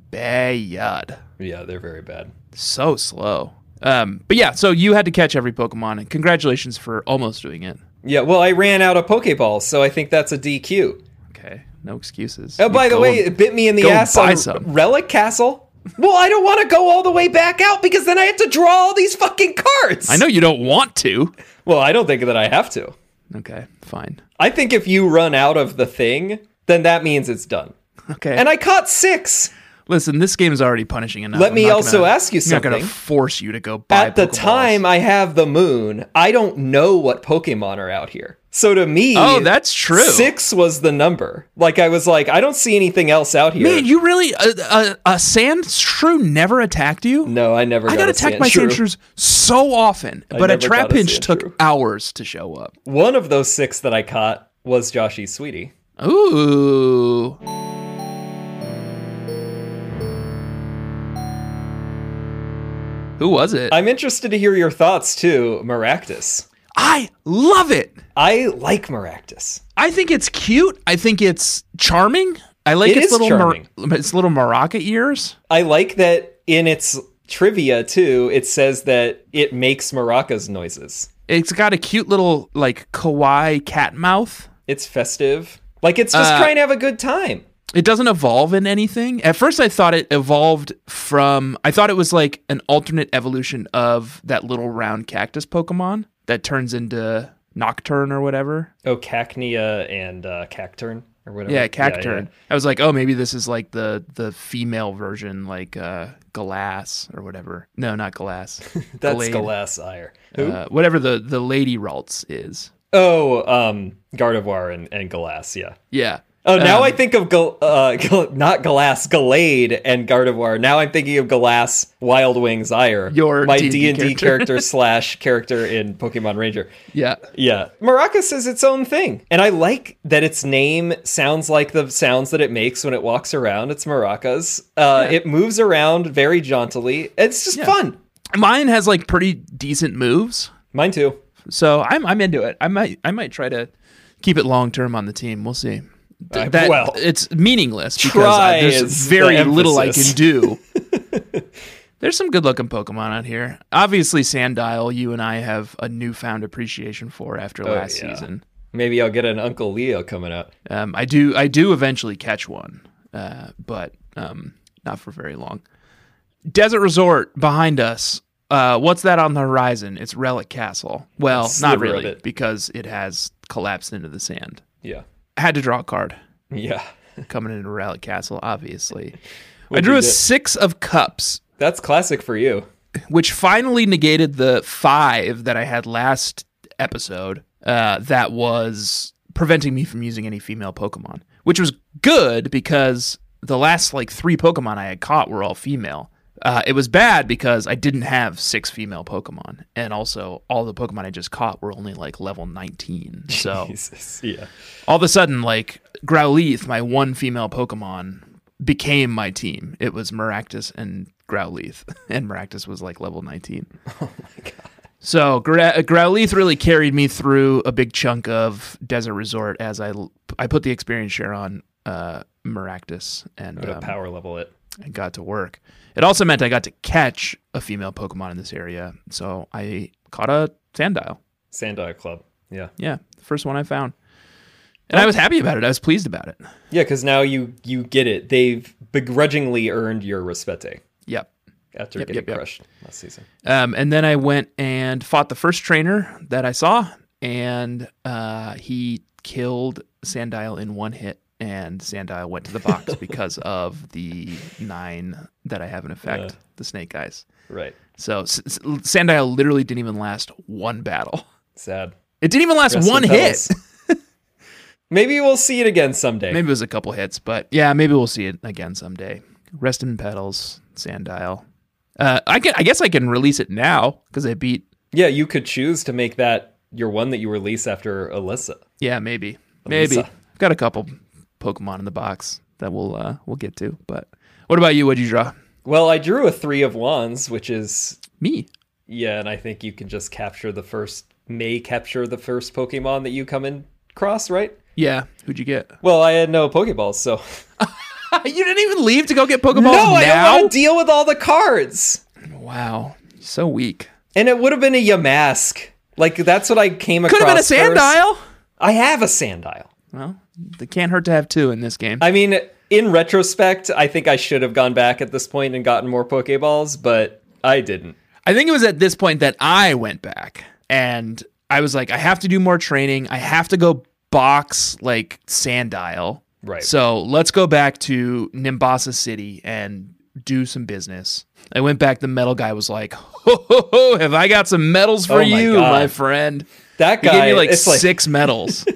Speaker 1: bad.
Speaker 2: Yeah, they're very bad.
Speaker 1: So slow. Um, but yeah, so you had to catch every Pokemon, and congratulations for almost doing it.
Speaker 2: Yeah, well, I ran out of Pokeballs, so I think that's a DQ.
Speaker 1: Okay, no excuses.
Speaker 2: Oh, by the way, it bit me in the
Speaker 1: go
Speaker 2: ass
Speaker 1: buy
Speaker 2: on
Speaker 1: some.
Speaker 2: Relic Castle. Well, I don't want to go all the way back out because then I have to draw all these fucking cards.
Speaker 1: I know you don't want to.
Speaker 2: Well, I don't think that I have to.
Speaker 1: Okay, fine.
Speaker 2: I think if you run out of the thing, then that means it's done.
Speaker 1: Okay,
Speaker 2: And I caught six.
Speaker 1: listen. This game is already punishing enough.
Speaker 2: Let
Speaker 1: I'm
Speaker 2: me
Speaker 1: not
Speaker 2: also
Speaker 1: gonna-
Speaker 2: ask you
Speaker 1: I'm not going to
Speaker 2: something.
Speaker 1: force you to go buy.
Speaker 2: At the
Speaker 1: Pokeballs.
Speaker 2: time I have the moon, I don't know what Pokemon are out here. So to me,
Speaker 1: Oh, that's true.
Speaker 2: Six was the number. Like I was like, I don't see anything else out here.
Speaker 1: Man, you really a, a, a sand shrew never attacked you?
Speaker 2: no, I never.
Speaker 1: I got attacked by
Speaker 2: Sandshrew.
Speaker 1: Sandshrews so often, but a
Speaker 2: never got a
Speaker 1: Trapinch took
Speaker 2: Sandshrew.
Speaker 1: hours to show up.
Speaker 2: One of those six that I caught was Joshy Sweetie.
Speaker 1: Ooh. Who was it? I,
Speaker 2: I'm interested to hear your thoughts too, Maractus.
Speaker 1: love it.
Speaker 2: I like Maractus.
Speaker 1: I think it's cute. I think it's charming. I like
Speaker 2: It
Speaker 1: its
Speaker 2: is
Speaker 1: little
Speaker 2: charming.
Speaker 1: its little maraca ears.
Speaker 2: I like that in its trivia too, it says that it makes maracas noises.
Speaker 1: It's got a cute little like kawaii cat mouth.
Speaker 2: It's festive. Like it's just
Speaker 1: Uh,
Speaker 2: trying to have a good time.
Speaker 1: it doesn't evolve in anything. At first, I thought it evolved from. I thought it was like an alternate evolution of that little round cactus Pokemon that turns into Nocturne or whatever.
Speaker 2: Oh, Cacnea and uh, Cacturn. or whatever.
Speaker 1: Yeah, cacturn. I was like, oh, maybe this is like the the female version, like uh, glass or whatever. No, not glass.
Speaker 2: That's
Speaker 1: Glade.
Speaker 2: Galassire. Who?
Speaker 1: Uh, whatever the the lady Ralts is.
Speaker 2: oh, um, Gardevoir and, and Galass, yeah.
Speaker 1: Yeah.
Speaker 2: Oh, now
Speaker 1: Um,
Speaker 2: I think of Gal- uh, Gal- not Galass, Galade and Gardevoir. Now I'm thinking of Galass, Wild Wings, Ire.
Speaker 1: Your
Speaker 2: my D
Speaker 1: D&D
Speaker 2: and D character slash character in Pokemon Ranger.
Speaker 1: Yeah.
Speaker 2: Yeah, Maracas is its own thing, and I like that its name sounds like the sounds that it makes when it walks around. It's Maracas. Uh, It moves around very jauntily. It's just fun.
Speaker 1: Mine has like pretty decent moves,
Speaker 2: Mine too.
Speaker 1: so I'm I'm into it. I might I might try to keep it long term on the team. We'll see. Th-
Speaker 2: I-
Speaker 1: that-
Speaker 2: well,
Speaker 1: it's meaningless because
Speaker 2: try
Speaker 1: I, there's
Speaker 2: is
Speaker 1: very
Speaker 2: the
Speaker 1: little I can
Speaker 2: emphasis.
Speaker 1: do. there's some good looking Pokemon out here. Obviously, Sandile, you and I have a newfound appreciation for after last
Speaker 2: Oh, yeah.
Speaker 1: season.
Speaker 2: Maybe I'll get an Uncle Leo coming up.
Speaker 1: Um, I do I do eventually catch one, uh, but um, not for very long. Desert Resort behind us. Uh, what's that on the horizon? It's Relic Castle. Well, not
Speaker 2: Sliver of
Speaker 1: really,
Speaker 2: it.
Speaker 1: because it has collapsed into the sand.
Speaker 2: Yeah,
Speaker 1: I had to draw a card
Speaker 2: yeah.
Speaker 1: coming into Relic Castle, obviously. I drew a
Speaker 2: did it.
Speaker 1: six of cups,
Speaker 2: That's classic for you.
Speaker 1: which finally negated the five that I had last episode uh, that was preventing me from using any female Pokemon, which was good because the last like three Pokemon I had caught were all female. Uh, it was bad because I didn't have six female Pokemon, and also all the Pokemon I just caught were only like level 19.
Speaker 2: Oh.
Speaker 1: So
Speaker 2: Jesus. Yeah.
Speaker 1: all of a sudden, like Growlithe, my one female Pokemon, became my team. It was Maractus and Growlithe, and Maractus was like level 19. Oh my god. So Gra- Growlithe really carried me through a big chunk of Desert Resort as I l- I put the experience share on uh, Maractus and
Speaker 2: Gotta
Speaker 1: um,
Speaker 2: power level it.
Speaker 1: and got to work. It also meant I got to catch a female Pokemon in this area, so I caught a Sandile.
Speaker 2: Sandai Club. Yeah.
Speaker 1: Yeah, the first one I found. And I was happy about it. I was pleased about it.
Speaker 2: Yeah, because now you you get it. They've begrudgingly earned your respete
Speaker 1: Yep.
Speaker 2: after
Speaker 1: Yep,
Speaker 2: getting
Speaker 1: yep, yep.
Speaker 2: crushed last season.
Speaker 1: Um, and then I went and fought the first trainer that I saw, and uh, he killed Sandile in one hit. And Sandile went to the box because of the nine that I have in effect, the snake eyes.
Speaker 2: Right.
Speaker 1: So S- S- Sandile literally didn't even last one battle.
Speaker 2: Sad.
Speaker 1: It didn't even last
Speaker 2: Rest in
Speaker 1: one hit.
Speaker 2: petals. Maybe we'll see it again someday.
Speaker 1: Maybe it was a couple hits, but yeah, maybe we'll see it again someday. Rest in pedals, Sandile. Uh, I can, I guess I can release it now because I beat.
Speaker 2: Yeah, you could choose to make that your one that you release after Alyssa.
Speaker 1: Yeah, maybe, maybe.
Speaker 2: Elisa.
Speaker 1: I've got a couple Pokemon in the box that we'll uh, we'll get to. But what about you? What'd you draw?
Speaker 2: Well, I drew a three of wands, which is
Speaker 1: Me.
Speaker 2: yeah, and I think you can just capture the first may capture the first Pokemon that you come in cross, right?
Speaker 1: Yeah. Who'd you get?
Speaker 2: Well, I had no Pokeballs, so
Speaker 1: you didn't even leave to go get Pokemon
Speaker 2: no, I
Speaker 1: now.
Speaker 2: don't want to deal with all the cards.
Speaker 1: wow, so weak.
Speaker 2: And it would have been a Yamask. Like that's what I came across.
Speaker 1: Could have been a
Speaker 2: first.
Speaker 1: Sandile.
Speaker 2: I have a Sandile.
Speaker 1: Well, it can't hurt to have two in this game.
Speaker 2: I mean, in retrospect, I think I should have gone back at this point and gotten more Pokeballs, but I didn't.
Speaker 1: I think it was at this point that I went back and I was like, I have to do more training. I have to go box like Sandile.
Speaker 2: Right.
Speaker 1: So let's go back to Nimbasa City and do some business. I went back. The metal guy was like, ho, ho, ho have I got some medals for
Speaker 2: Oh my
Speaker 1: you,
Speaker 2: God.
Speaker 1: my friend?
Speaker 2: That
Speaker 1: He
Speaker 2: guy,
Speaker 1: gave me like
Speaker 2: it's like
Speaker 1: six medals.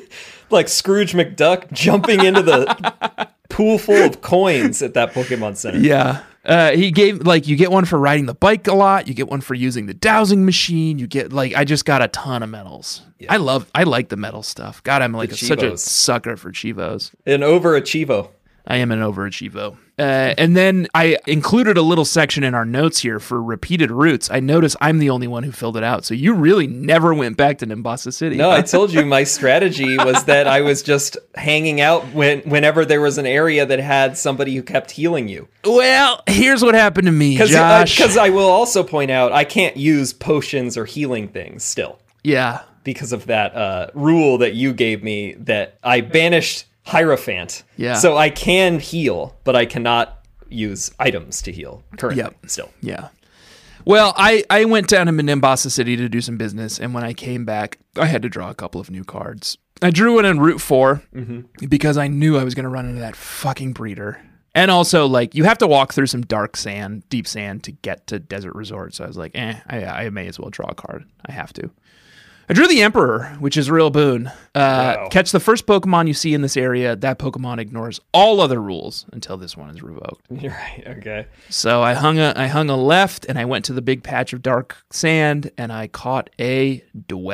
Speaker 2: like Scrooge McDuck jumping into the pool full of coins at that Pokemon Center.
Speaker 1: Yeah. Uh, he gave like you get one for riding the bike a lot, you get one for using the dowsing machine, you get like I just got a ton of medals. I love I like the medal stuff. God, I'm like
Speaker 2: The
Speaker 1: such a
Speaker 2: Chivos.
Speaker 1: sucker for Chivos.
Speaker 2: An overachievo.
Speaker 1: I am an overachievo. Uh, and then I included a little section in our notes here for repeated routes. I notice I'm the only one who filled it out. So you really never went back to Nimbasa City.
Speaker 2: No, I told you my strategy was that I was just hanging out when, whenever there was an area that had somebody who kept healing you.
Speaker 1: well, here's what happened to me, Josh.
Speaker 2: Because I will also point out, I can't use potions or healing things still
Speaker 1: yeah.
Speaker 2: because of that uh, rule that you gave me that I banished Hierophant.
Speaker 1: Yeah.
Speaker 2: So I can heal, but I cannot use items to heal currently
Speaker 1: Yep.
Speaker 2: still.
Speaker 1: Yeah. Well, I, I went down to Nimbasa City to do some business, and when I came back, I had to draw a couple of new cards. I drew one in Route 4 because I knew I was going to run into that fucking breeder. And also, like, you have to walk through some dark sand, deep sand to get to Desert Resort. So I was like, eh, I, I may as well draw a card. I have to. I drew the Emperor, which is real boon. Uh,
Speaker 2: Wow.
Speaker 1: Catch the first Pokemon you see in this area. That Pokemon ignores all other rules until this one is revoked.
Speaker 2: You're right. Okay.
Speaker 1: So I hung a I hung a left, and I went to the big patch of dark sand, and I caught a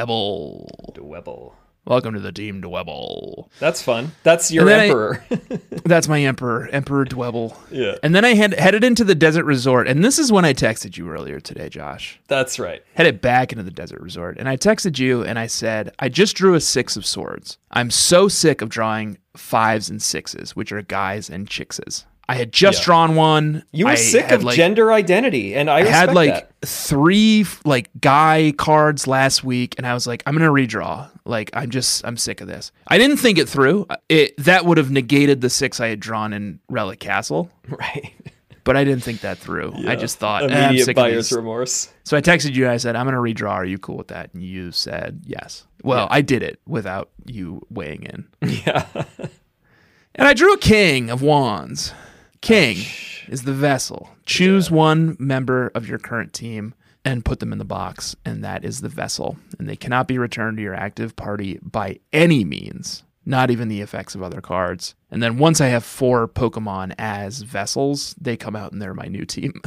Speaker 1: Dwebble.
Speaker 2: Dwebble.
Speaker 1: Welcome to the team, Dwebble.
Speaker 2: That's fun. That's your
Speaker 1: And then I-
Speaker 2: emperor.
Speaker 1: That's my emperor, Emperor Dwebble.
Speaker 2: Yeah.
Speaker 1: And then I had headed into the desert resort, and this is when I texted you earlier today, Josh.
Speaker 2: That's right.
Speaker 1: Headed back into the desert resort, and I texted you and I said, I just drew a six of swords. I'm so sick of drawing fives and sixes, which are guys and chickses. I had just
Speaker 2: Yeah.
Speaker 1: drawn one.
Speaker 2: You were
Speaker 1: I
Speaker 2: sick
Speaker 1: had,
Speaker 2: of
Speaker 1: like,
Speaker 2: gender identity, and I,
Speaker 1: I
Speaker 2: respect
Speaker 1: had like
Speaker 2: that.
Speaker 1: three like guy cards last week, and I was like, I'm gonna redraw. Like, I'm just, I'm sick of this. I didn't think it through. Uh, It that would have negated the six I had drawn in Relic Castle,
Speaker 2: right.
Speaker 1: but I didn't think that through. I just thought, eh, I'm
Speaker 2: immediate
Speaker 1: sick of
Speaker 2: buyer's
Speaker 1: these.
Speaker 2: remorse.
Speaker 1: So I texted you. and I said, I'm gonna redraw. Are you cool with that? And you said yes. Well, I did it without you weighing in.
Speaker 2: Yeah.
Speaker 1: And I drew a king of wands. King is the vessel. Choose one member of your current team and put them in the box, and that is the vessel. And they cannot be returned to your active party by any means, not even the effects of other cards. And then once I have four Pokemon as vessels, they come out and they're my new team.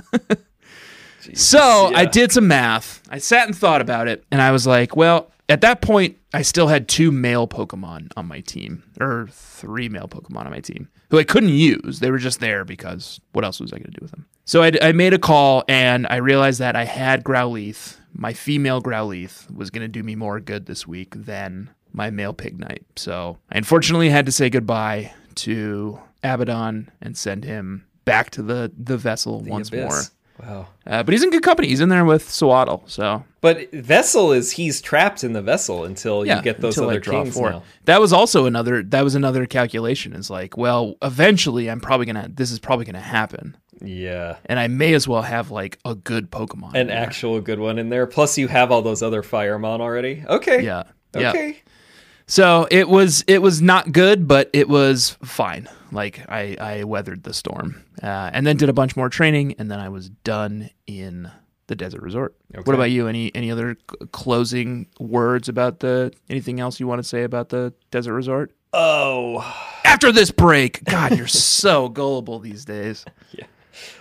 Speaker 1: So I
Speaker 2: yeah.
Speaker 1: did some math. I sat and thought about it, and I was like, well, at that point, I still had two male Pokemon on my team, or three male Pokemon on my team, who I couldn't use. They were just there because what else was I going to do with them? So I, I made a call, and I realized that I had Growlithe. My female Growlithe was going to do me more good this week than my male Pig Knight. So I unfortunately had to say goodbye to Abaddon and send him back to the, the vessel once
Speaker 2: Abyss.
Speaker 1: more.
Speaker 2: Wow.
Speaker 1: Uh, but he's in good company. He's in there with Swaddle. So
Speaker 2: But vessel is he's trapped in the vessel until
Speaker 1: yeah,
Speaker 2: you get those
Speaker 1: until I
Speaker 2: other
Speaker 1: draw
Speaker 2: kings
Speaker 1: four.
Speaker 2: now.
Speaker 1: That was also another. That was another calculation. Is like, well, eventually, I'm probably gonna. This is probably gonna happen,
Speaker 2: Yeah.
Speaker 1: and I may as well have like a good Pokemon.
Speaker 2: An actual good one in there. Plus you have all those other Firemon already. Okay.
Speaker 1: yeah, yeah.
Speaker 2: Okay.
Speaker 1: So it was. It was not good, but it was fine. Like I, I weathered the storm, uh, and then did a bunch more training, and then I was done in the desert resort.
Speaker 2: Okay.
Speaker 1: What about you? Any any other c- closing words about the anything else you want to say about the desert resort?
Speaker 2: Oh.
Speaker 1: after this break. God, you're so gullible these days.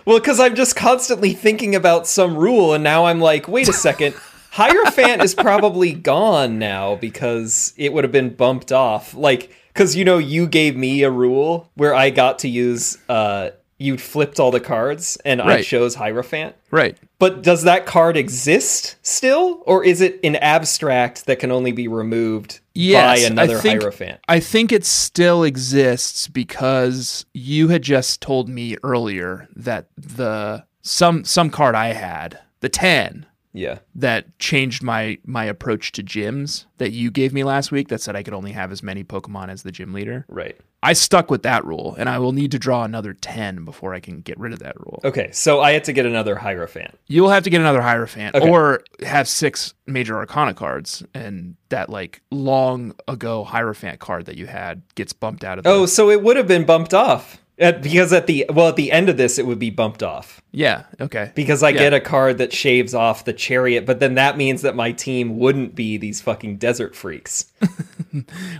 Speaker 2: Well, because I'm just constantly thinking about some rule, and now I'm like, wait a second. Hierophant is probably gone now because it would have been bumped off. Like, because you know, you gave me a rule where I got to use, uh, you flipped all the cards, and I
Speaker 1: Right.
Speaker 2: chose Hierophant.
Speaker 1: Right.
Speaker 2: But does that card exist still, or is it an abstract that can only be removed
Speaker 1: Yes,
Speaker 2: by
Speaker 1: I
Speaker 2: another
Speaker 1: think-
Speaker 2: Hierophant?
Speaker 1: I think it still exists because you had just told me earlier that the some some card I had, the 10
Speaker 2: Yeah.
Speaker 1: that changed my my approach to gyms that you gave me last week that said I could only have as many Pokemon as the gym leader.
Speaker 2: Right.
Speaker 1: I stuck with that rule and I will need to draw another 10 before I can get rid of that rule.
Speaker 2: Okay, so I had to get another Hierophant.
Speaker 1: You'll have to get another Hierophant
Speaker 2: Okay.
Speaker 1: or have six major arcana cards and that like long ago Hierophant card that you had gets bumped out of the
Speaker 2: Oh, so it would have been bumped off at, because at the well at the end of this it would be bumped off
Speaker 1: Yeah, okay.
Speaker 2: because I
Speaker 1: Yeah.
Speaker 2: get a card that shaves off the chariot, but then that means that my team wouldn't be these fucking desert freaks.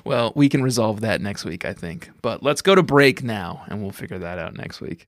Speaker 1: Well, we can resolve that next week, I think. But let's go to break now and we'll figure that out next week.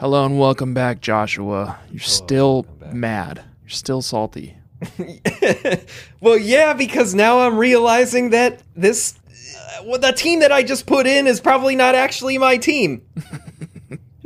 Speaker 1: Hello and welcome back, Joshua. You're still mad. You're still salty.
Speaker 2: Well, yeah, because now I'm realizing that this uh, well, the team that I just put in is probably not actually my team.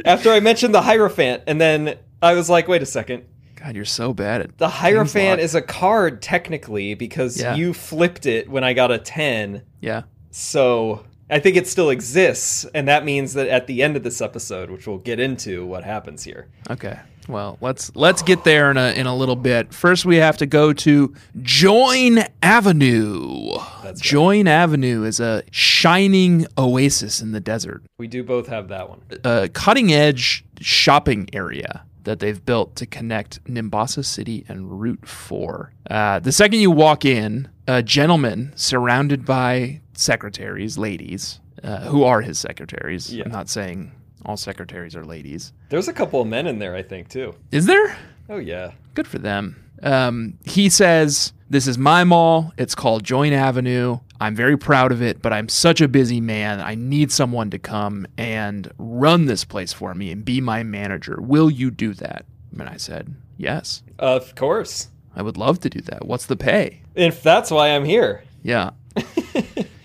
Speaker 2: After I mentioned the Hierophant, and then I was like, wait a second.
Speaker 1: God, you're so bad at
Speaker 2: The Hierophant
Speaker 1: Kingslot.
Speaker 2: is a card technically because
Speaker 1: Yeah.
Speaker 2: you flipped it when I got a 10.
Speaker 1: Yeah.
Speaker 2: So I think it still exists, and that means that at the end of this episode, which we'll get into what happens here.
Speaker 1: Okay. Well, let's let's get there in a in a little bit. First, we have to go to Join Avenue.
Speaker 2: That's right.
Speaker 1: Join Avenue is a shining oasis in the desert,
Speaker 2: We do both have that one.
Speaker 1: a cutting edge uh, shopping area that they've built to connect Nimbasa City and Route Four. Uh, the second you walk in, a gentleman surrounded by secretaries, ladies, uh, who are his secretaries.
Speaker 2: Yeah.
Speaker 1: I'm not saying all secretaries are ladies.
Speaker 2: There's a couple of men in there, I think, too.
Speaker 1: Is there?
Speaker 2: Oh, yeah.
Speaker 1: Good for them. Um, he says, This is my mall. It's called Joint Avenue. I'm very proud of it, but I'm such a busy man. I need someone to come and run this place for me and be my manager. Will you do that? And I said, Yes,
Speaker 2: Of course.
Speaker 1: I would love to do that. What's the pay?
Speaker 2: If that's why I'm here.
Speaker 1: Yeah.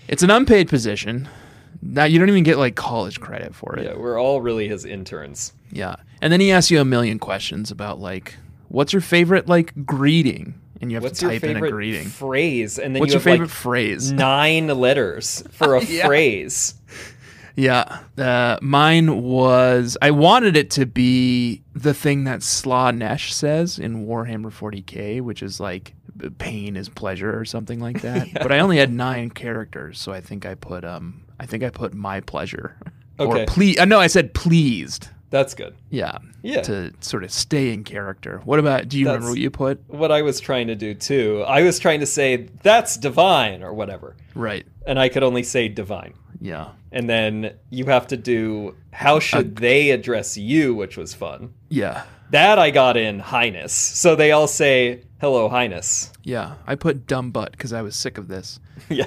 Speaker 1: it's an unpaid position. Now you don't even get like college credit for it.
Speaker 2: Yeah, we're all really his interns.
Speaker 1: Yeah. And then he asks you a million questions about like, what's your favorite like greeting? And you have
Speaker 2: What's
Speaker 1: to
Speaker 2: your
Speaker 1: type in a
Speaker 2: favorite
Speaker 1: greeting.
Speaker 2: phrase? And then
Speaker 1: What's your
Speaker 2: you have like,
Speaker 1: favorite
Speaker 2: Mm.
Speaker 1: phrase?
Speaker 2: nine letters for a
Speaker 1: Yeah.
Speaker 2: phrase.
Speaker 1: Yeah. Uh, mine was I wanted it to be the thing that Slaw Nesh says in Warhammer 40K, which is like b- pain is pleasure or something like that. But I only had nine characters, so I think I put um I think I put my pleasure.
Speaker 2: Okay.
Speaker 1: Or please uh, no, I said pleased.
Speaker 2: That's good.
Speaker 1: Yeah.
Speaker 2: Yeah.
Speaker 1: To sort of stay in character. What about do you remember
Speaker 2: That's-
Speaker 1: what you put?
Speaker 2: What I was trying to do too, I was trying to say that's divine or whatever,
Speaker 1: Right.
Speaker 2: and I could only say divine.
Speaker 1: Yeah.
Speaker 2: And then you have to do how should they address you, which was fun.
Speaker 1: Yeah.
Speaker 2: That I got in highness. So they all say hello highness.
Speaker 1: Yeah. I put dumb butt because I was sick of this.
Speaker 2: Yeah.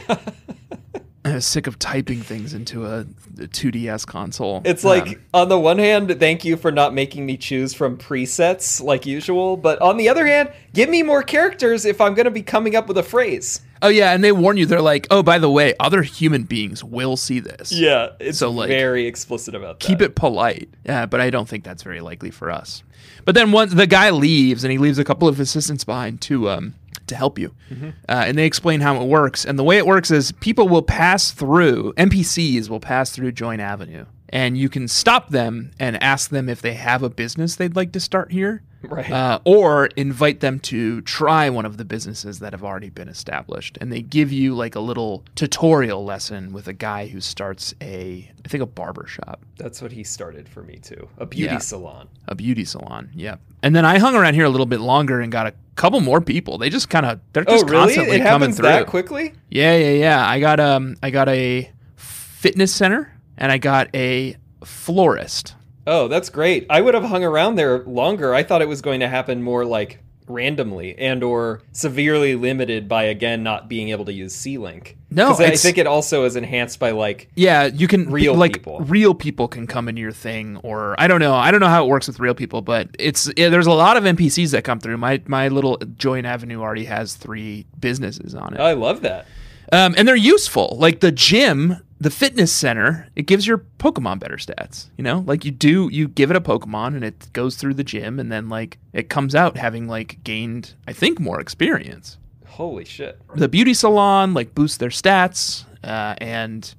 Speaker 1: I was uh, sick of typing things into a, a 2DS console.
Speaker 2: It's
Speaker 1: Um,
Speaker 2: like, on the one hand, thank you for not making me choose from presets like usual, but on the other hand, give me more characters if I'm going to be coming up with a phrase.
Speaker 1: oh yeah, and they warn you. They're like, oh, by the way, other human beings will see this.
Speaker 2: Yeah, it's
Speaker 1: So, like,
Speaker 2: very explicit about that.
Speaker 1: Keep it polite. Yeah, but I don't think that's very likely for us. But then once the guy leaves, and he leaves a couple of assistants behind to um to help you,
Speaker 2: Mm-hmm.
Speaker 1: uh, and they explain how it works. And the way it works is people will pass through NPCs will pass through Joint Avenue, and you can stop them and ask them if they have a business they'd like to start here.
Speaker 2: Right.
Speaker 1: uh, or invite them to try one of the businesses that have already been established and they give you like a little tutorial lesson with a guy who starts a i think a barber shop
Speaker 2: That's what he started for me too. A beauty
Speaker 1: Yeah.
Speaker 2: salon.
Speaker 1: a beauty salon yep and then i hung around here a little bit longer and got a couple more people they just kind of they're just
Speaker 2: oh, really?
Speaker 1: constantly
Speaker 2: It
Speaker 1: coming
Speaker 2: happens
Speaker 1: through
Speaker 2: that quickly?
Speaker 1: yeah yeah yeah i got um i got a fitness center and i got a florist
Speaker 2: Oh, that's great. I would have hung around there longer. I thought it was going to happen more like randomly and or severely limited by again not being able to use C-Link.
Speaker 1: No,
Speaker 2: 'Cause I
Speaker 1: it's-
Speaker 2: think it also is enhanced by like
Speaker 1: Yeah, you can
Speaker 2: Real
Speaker 1: like
Speaker 2: people.
Speaker 1: real people can come into your thing, or I don't know, I don't know how it works with real people, but it's yeah, there's a lot of NPCs that come through. My my little joint avenue already has three businesses on it,
Speaker 2: I love that.
Speaker 1: um, and they're useful. Like the gym, the fitness center, it gives your Pokemon better stats. You know, like you do, you give it a Pokemon, and it goes through the gym, and then like it comes out having like gained, I think, more experience
Speaker 2: Holy shit.
Speaker 1: the beauty salon like boosts their stats, uh, and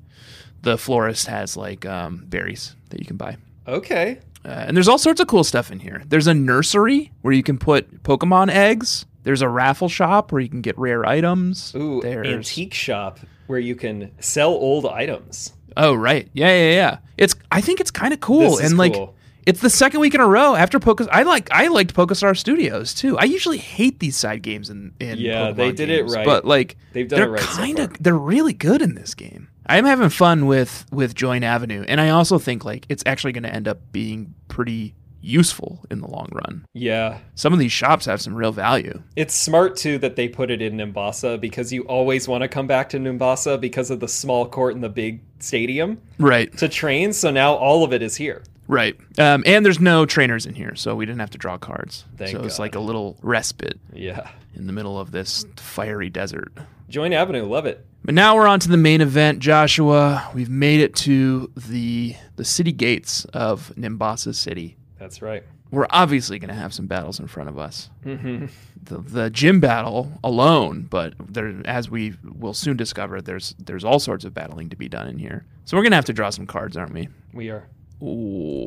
Speaker 1: the florist has like um, berries that you can buy.
Speaker 2: Okay.
Speaker 1: Uh, and there's all sorts of cool stuff in here. There's a nursery where you can put Pokemon eggs. There's a raffle shop where you can get rare items.
Speaker 2: Ooh,
Speaker 1: there's
Speaker 2: antique shop where you can sell old items.
Speaker 1: Oh right, yeah, yeah, yeah. It's I think it's kind of cool,
Speaker 2: This is
Speaker 1: and like
Speaker 2: cool.
Speaker 1: it's the second week in a row after Pocus. I like I liked Pokestar Studios too. I usually hate these side games in in
Speaker 2: Yeah,
Speaker 1: Pokemon
Speaker 2: they did it
Speaker 1: games,
Speaker 2: right.
Speaker 1: but like
Speaker 2: They've done
Speaker 1: they're
Speaker 2: it right so
Speaker 1: Kind of,
Speaker 2: far.
Speaker 1: they're really good in this game. I am having fun with with Join Avenue, and I also think like it's actually going to end up being pretty useful in the long run.
Speaker 2: Yeah.
Speaker 1: Some of these shops have some real value.
Speaker 2: It's smart too that they put it in Mombasa because you always want to come back to Mombasa because of the small court and the big stadium
Speaker 1: Right,
Speaker 2: to train. So now all of it is here.
Speaker 1: right. Um, and there's no trainers in here, so we didn't have to draw cards.
Speaker 2: Thank
Speaker 1: so it's
Speaker 2: God.
Speaker 1: like a little respite.
Speaker 2: Yeah.
Speaker 1: in the middle of this fiery desert.
Speaker 2: Join Avenue, love it.
Speaker 1: But now we're on to the main event, Joshua. We've made it to the the city gates of Nimbasa City.
Speaker 2: That's right.
Speaker 1: we're obviously going to have some battles in front of us. The, the gym battle alone, but there, as we will soon discover, there's there's all sorts of battling to be done in here. So we're going to have to draw some cards, aren't we?
Speaker 2: We are.
Speaker 1: Ooh,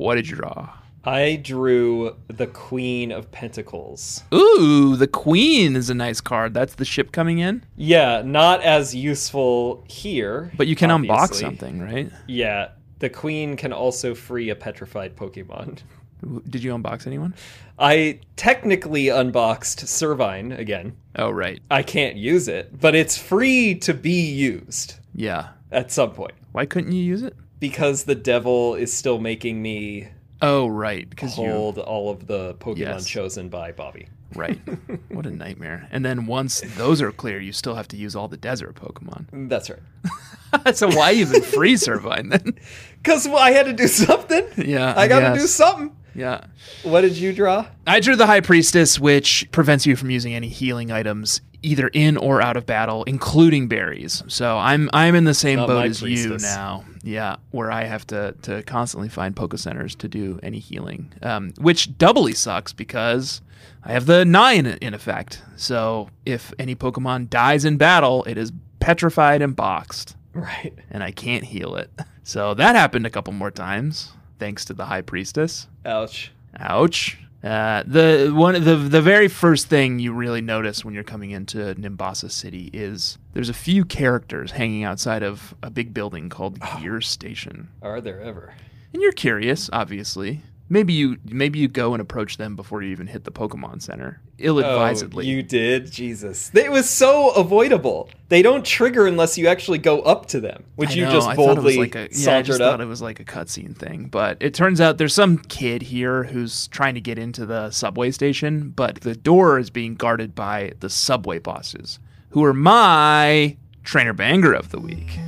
Speaker 1: what did you draw?
Speaker 2: I drew the Queen of Pentacles.
Speaker 1: Ooh, the queen is a nice card. That's the ship coming in.
Speaker 2: Yeah, not as useful here.
Speaker 1: But you can unbox
Speaker 2: obviously.
Speaker 1: something, right?
Speaker 2: Yeah, the Queen can also free a petrified Pokemon.
Speaker 1: W- Did you unbox anyone?
Speaker 2: I technically unboxed Servine again.
Speaker 1: Oh, right.
Speaker 2: I can't use it, but it's free to be used
Speaker 1: Yeah.
Speaker 2: at some point
Speaker 1: Why couldn't you use it?
Speaker 2: because the devil is still making me
Speaker 1: Oh, right. Because you
Speaker 2: hold all of the Pokemon
Speaker 1: Yes.
Speaker 2: chosen by Bobby.
Speaker 1: right. what a nightmare. And then once those are clear, you still have to use all the desert Pokemon.
Speaker 2: That's right.
Speaker 1: so why even free Servine then?
Speaker 2: Because I had to do something.
Speaker 1: Yeah,
Speaker 2: I
Speaker 1: I
Speaker 2: got to do
Speaker 1: guess.
Speaker 2: something.
Speaker 1: Yeah.
Speaker 2: What did you draw?
Speaker 1: I drew the High Priestess, which prevents you from using any healing items either in or out of battle, including berries. So I'm I'm in the same
Speaker 2: Not
Speaker 1: boat
Speaker 2: my
Speaker 1: as you
Speaker 2: priestess.
Speaker 1: now. Yeah, where I have to to constantly find Poke Centers to do any healing, um, which doubly sucks because I have the nine in effect. So if any Pokemon dies in battle, it is petrified and boxed
Speaker 2: Right.
Speaker 1: and I can't heal it. So that happened a couple more times thanks to the High Priestess.
Speaker 2: Ouch.
Speaker 1: Ouch. Uh, the one the the very first thing you really notice when you're coming into Nimbasa City is there's a few characters hanging outside of a big building called Gear Station.
Speaker 2: Are there ever?
Speaker 1: And you're curious, obviously. Maybe you maybe you go and approach them before you even hit the Pokemon Center, ill-advisedly.
Speaker 2: Oh, you did? Jesus. It was so avoidable. They don't trigger unless you actually go up to them, which
Speaker 1: I
Speaker 2: you
Speaker 1: know,
Speaker 2: just
Speaker 1: I thought it was
Speaker 2: boldly
Speaker 1: like a, yeah, I
Speaker 2: sauntered
Speaker 1: just
Speaker 2: up.
Speaker 1: thought it was like a cutscene thing, but it turns out there's some kid here who's trying to get into the subway station, but the door is being guarded by the subway bosses, who are my trainer banger of the week.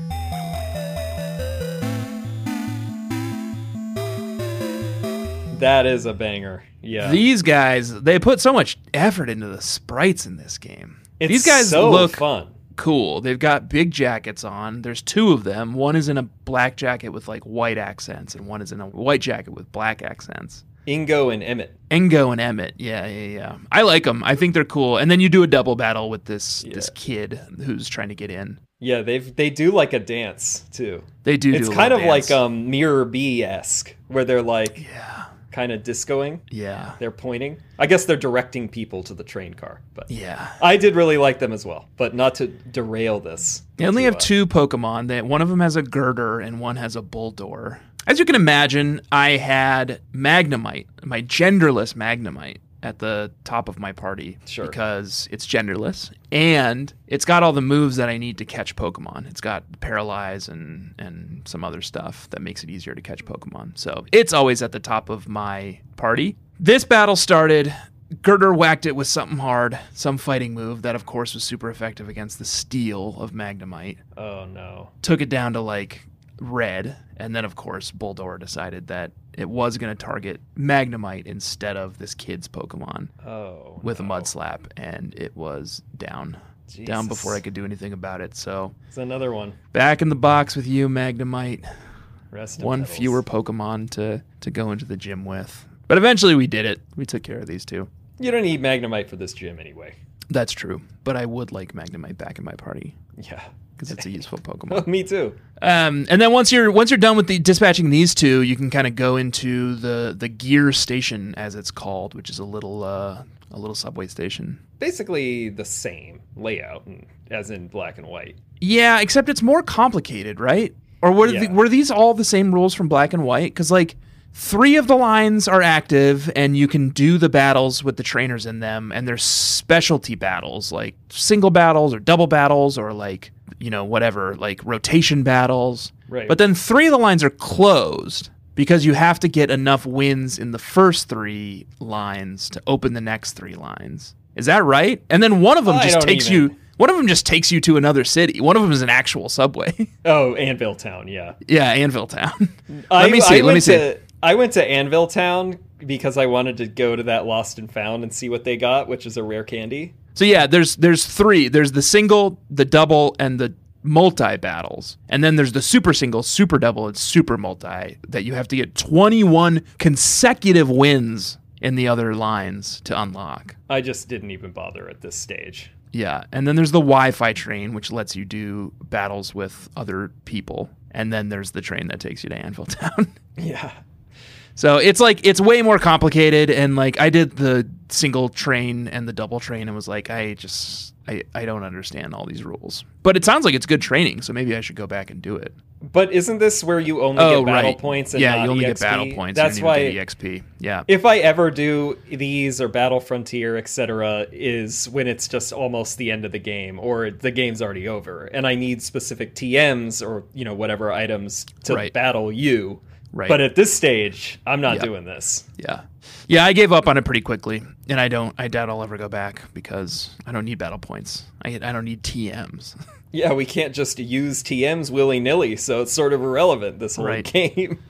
Speaker 2: That is a banger. Yeah.
Speaker 1: These guys, they put so much effort into the sprites in this game.
Speaker 2: It's
Speaker 1: These guys
Speaker 2: so
Speaker 1: look
Speaker 2: fun.
Speaker 1: cool. They've got big jackets on. There's two of them. One is in a black jacket with like white accents, and one is in a white jacket with black accents.
Speaker 2: Ingo and Emmett.
Speaker 1: Engo and Emmett. Yeah, yeah, yeah. I like them. I think they're cool. And then you do a double battle with this this kid who's trying to get in.
Speaker 2: Yeah, they they do like a dance too.
Speaker 1: They do.
Speaker 2: it's
Speaker 1: do a
Speaker 2: kind of
Speaker 1: little
Speaker 2: like
Speaker 1: dance.
Speaker 2: um Mirror B esque, where they're like kind of discoing.
Speaker 1: Yeah,
Speaker 2: They're pointing. I guess they're directing people to the train car. But
Speaker 1: yeah.
Speaker 2: I did really like them as well. But not to derail this.
Speaker 1: They only have
Speaker 2: uh,
Speaker 1: two Pokemon. That one of them has a girder and one has a bulldoor. As you can imagine, I had Magnemite, my genderless Magnemite, at the top of my party
Speaker 2: Sure.
Speaker 1: because it's genderless and it's got all the moves that I need to catch Pokemon. It's got paralyze and and some other stuff that makes it easier to catch Pokemon. So it's always at the top of my party. This battle started. Girder whacked it with something hard, some fighting move that, of course, was super effective against the steel of Magnemite
Speaker 2: Oh no.
Speaker 1: took it down to like red and then of course Bulldor decided that it was going to target Magnemite instead of this kid's Pokemon
Speaker 2: Oh.
Speaker 1: with a mud slap and it was down down
Speaker 2: Jesus.
Speaker 1: before I could do anything about it so
Speaker 2: It's another one.
Speaker 1: back in the box with you Magnemite
Speaker 2: Rest in
Speaker 1: one
Speaker 2: petals.
Speaker 1: fewer Pokemon to to go into the gym with but eventually we did it we took care of these two
Speaker 2: You don't need Magnemite for this gym anyway.
Speaker 1: that's true but I would like Magnemite back in my party
Speaker 2: Yeah. Oh,
Speaker 1: because it's a useful Pokemon
Speaker 2: Me too.
Speaker 1: Um, and then once you're once you're done with the dispatching these two, you can kind of go into the the gear station as it's called, which is a little uh, a little subway station.
Speaker 2: Basically the same layout and- as in black and white.
Speaker 1: Yeah, except it's more complicated, right? Or were the,
Speaker 2: Yeah.
Speaker 1: were these all the same rules from Black and White? Because like three of the lines are active, and you can do the battles with the trainers in them, and there's specialty battles like single battles or double battles or like you know whatever like rotation battles.
Speaker 2: Right.
Speaker 1: But then three of the lines are closed because you have to get enough wins in the first three lines to open the next three lines. Is that right? And then one of them
Speaker 2: I
Speaker 1: just
Speaker 2: don't
Speaker 1: takes
Speaker 2: even-
Speaker 1: you one of them just takes you to another city. One of them is an actual subway.
Speaker 2: Oh, Anvil Town, yeah.
Speaker 1: yeah, Anvil Town. let
Speaker 2: I,
Speaker 1: me see.
Speaker 2: I
Speaker 1: let
Speaker 2: went
Speaker 1: me see.
Speaker 2: To, I went to Anvil Town because I wanted to go to that Lost and Found and see what they got, which is a rare candy.
Speaker 1: So yeah, there's there's three. There's the single, the double, and the multi battles. And then there's the super single, super double, and super multi that you have to get 21 consecutive wins in the other lines to unlock.
Speaker 2: I just didn't even bother at this stage.
Speaker 1: Yeah. And then there's the Wi Fi train, which lets you do battles with other people. And then there's the train that takes you to Anvil Town.
Speaker 2: Yeah.
Speaker 1: So it's like it's way more complicated and like I did the single train and the double train and was like I just I, I don't understand all these rules. But it sounds like it's good training, so maybe I should go back and do it.
Speaker 2: But isn't this where you only
Speaker 1: oh
Speaker 2: get battle
Speaker 1: right.
Speaker 2: points and
Speaker 1: yeah,
Speaker 2: not
Speaker 1: you only get
Speaker 2: EXP?
Speaker 1: battle points.
Speaker 2: That's
Speaker 1: you don't
Speaker 2: why
Speaker 1: even get E EXP. Yeah.
Speaker 2: if I ever do these or Battle Frontier, etc., is when it's just almost the end of the game or the game's already over, and I need specific TMs or you know whatever items to
Speaker 1: Right.
Speaker 2: battle you.
Speaker 1: Right.
Speaker 2: But at this stage, I'm not
Speaker 1: Yeah.
Speaker 2: doing this.
Speaker 1: yeah. Yeah, I gave up on it pretty quickly and I don't I doubt I'll ever go back because I don't need battle points. I I don't need TMs.
Speaker 2: Yeah, we can't just use TMs willy nilly, so it's sort of irrelevant this whole
Speaker 1: Right.
Speaker 2: game.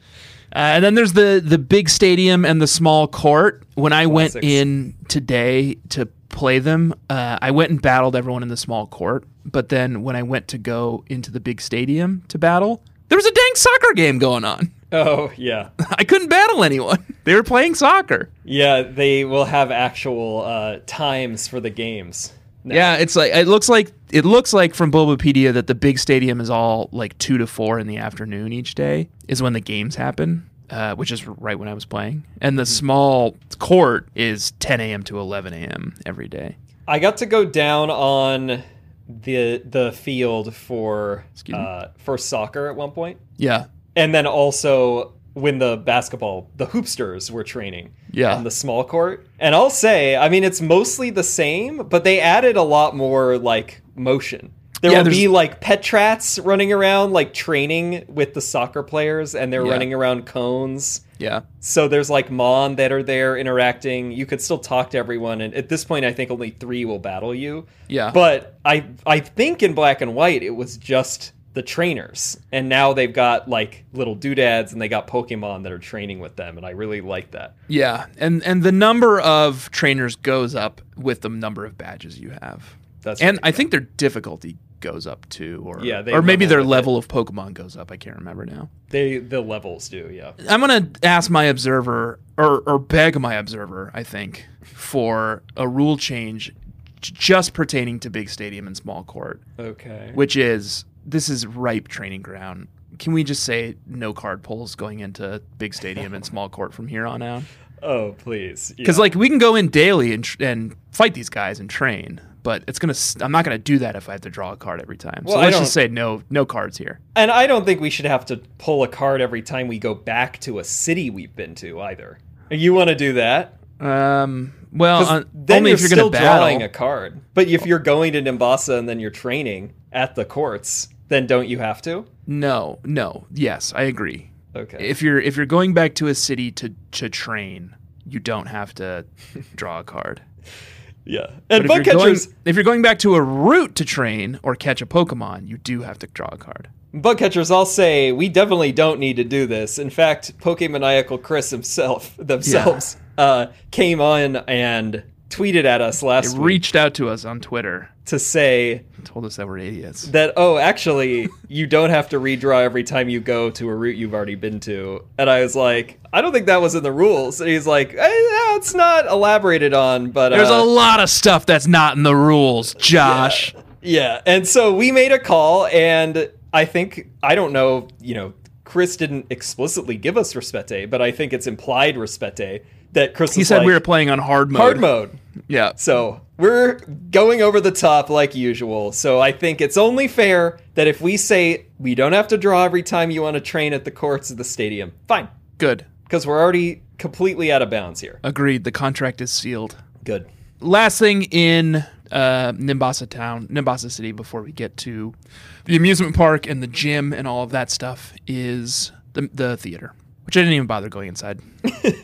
Speaker 1: Uh, and then there's the the big stadium and the small court. When I went
Speaker 2: Classics.
Speaker 1: in today to play them, uh, I went and battled everyone in the small court. But then when I went to go into the big stadium to battle, there was a dang soccer game going on.
Speaker 2: oh yeah,
Speaker 1: I couldn't battle anyone. They were playing soccer.
Speaker 2: yeah. They will have actual uh, times for the games.
Speaker 1: Yeah, it's like it looks like it looks like from Bulbapedia that the big stadium is all like two to four in the afternoon each day is when the games happen, uh, which is right when I was playing, and
Speaker 2: Mm-hmm.
Speaker 1: the small court is 10 a.m. to 11 a.m. every day.
Speaker 2: I got to go down on the the field for
Speaker 1: Excuse me?
Speaker 2: uh, for soccer at one point,
Speaker 1: Yeah,
Speaker 2: and then also when the basketball the hoopsters were training
Speaker 1: Yeah.
Speaker 2: on the small court. And I'll say, I mean, it's mostly the same, but they added a lot more like motion. There
Speaker 1: Yeah,
Speaker 2: will
Speaker 1: there's-
Speaker 2: be like pet trats running around, like training with the soccer players, and they're
Speaker 1: Yeah.
Speaker 2: running around cones.
Speaker 1: yeah,
Speaker 2: So there's like Mon that are there interacting. You could still talk to everyone, and at this point, I think only three will battle you.
Speaker 1: Yeah.
Speaker 2: But I I think in Black and White it was just the trainers, and now they've got like little doodads, and they got Pokemon that are training with them, and I really like that.
Speaker 1: yeah, and and the number of trainers goes up with the number of badges you have,
Speaker 2: That's
Speaker 1: and
Speaker 2: pretty
Speaker 1: I think their difficulty goes up too, or
Speaker 2: Yeah, they
Speaker 1: or maybe
Speaker 2: level
Speaker 1: their
Speaker 2: with it.
Speaker 1: level of Pokemon goes up. I can't remember now.
Speaker 2: They the levels do, yeah.
Speaker 1: I'm gonna ask my observer, or or beg my observer, I think, for a rule change j- just pertaining to big stadium and small court,
Speaker 2: Okay.
Speaker 1: which is this is ripe training ground. Can we just say no card pulls going into big stadium and small court from here on out?
Speaker 2: Oh please,
Speaker 1: Because
Speaker 2: Yeah.
Speaker 1: like we can go in daily and tr- and fight these guys and train, but it's gonna s- I'm not gonna do that if I have to draw a card every time.
Speaker 2: Well,
Speaker 1: so
Speaker 2: I
Speaker 1: let's just say no no cards here.
Speaker 2: and I don't think we should have to pull a card every time we go back to a city we've been to either. You want to do that?
Speaker 1: Um, well,
Speaker 2: 'Cause
Speaker 1: uh,
Speaker 2: then
Speaker 1: only
Speaker 2: you're
Speaker 1: if you're
Speaker 2: still
Speaker 1: gonna battle.
Speaker 2: drawing a card. But if you're going to Nimbasa and then you're training at the courts, then don't you have to?
Speaker 1: No, no. Yes, I agree.
Speaker 2: Okay.
Speaker 1: If you're if you're going back to a city to to train, you don't have to draw a card.
Speaker 2: yeah. And
Speaker 1: But if
Speaker 2: bug
Speaker 1: you're, going,
Speaker 2: catchers,
Speaker 1: if you're going back to a route to train or catch a Pokemon, you do have to draw a card.
Speaker 2: bug catchers, I'll say we definitely don't need to do this. In fact, Pokemaniacal Chris himself themselves uh, came on and tweeted at us last week
Speaker 1: Reached out to us on Twitter,
Speaker 2: to say
Speaker 1: told us that we're idiots.
Speaker 2: that oh actually you don't have to redraw every time you go to a route you've already been to and i was like i don't think that was in the rules and he's like eh, yeah, it's not elaborated on but
Speaker 1: There's
Speaker 2: uh,
Speaker 1: a lot of stuff that's not in the rules, Josh.
Speaker 2: yeah and so we made a call and i think i don't know you know chris didn't explicitly give us respete but i think it's implied respete that chris
Speaker 1: He
Speaker 2: was
Speaker 1: said
Speaker 2: like,
Speaker 1: we were playing on hard mode.
Speaker 2: hard mode
Speaker 1: Yeah.
Speaker 2: So we're going over the top like usual. So I think it's only fair that if we say we don't have to draw every time you want to train at the courts of the stadium, fine,
Speaker 1: Good.
Speaker 2: because we're already completely out of bounds here.
Speaker 1: Agreed. The contract is sealed.
Speaker 2: Good.
Speaker 1: last thing in uh, Nimbasa town, Nimbasa city, before we get to the amusement park and the gym and all of that stuff is the, the theater, which I didn't even bother going inside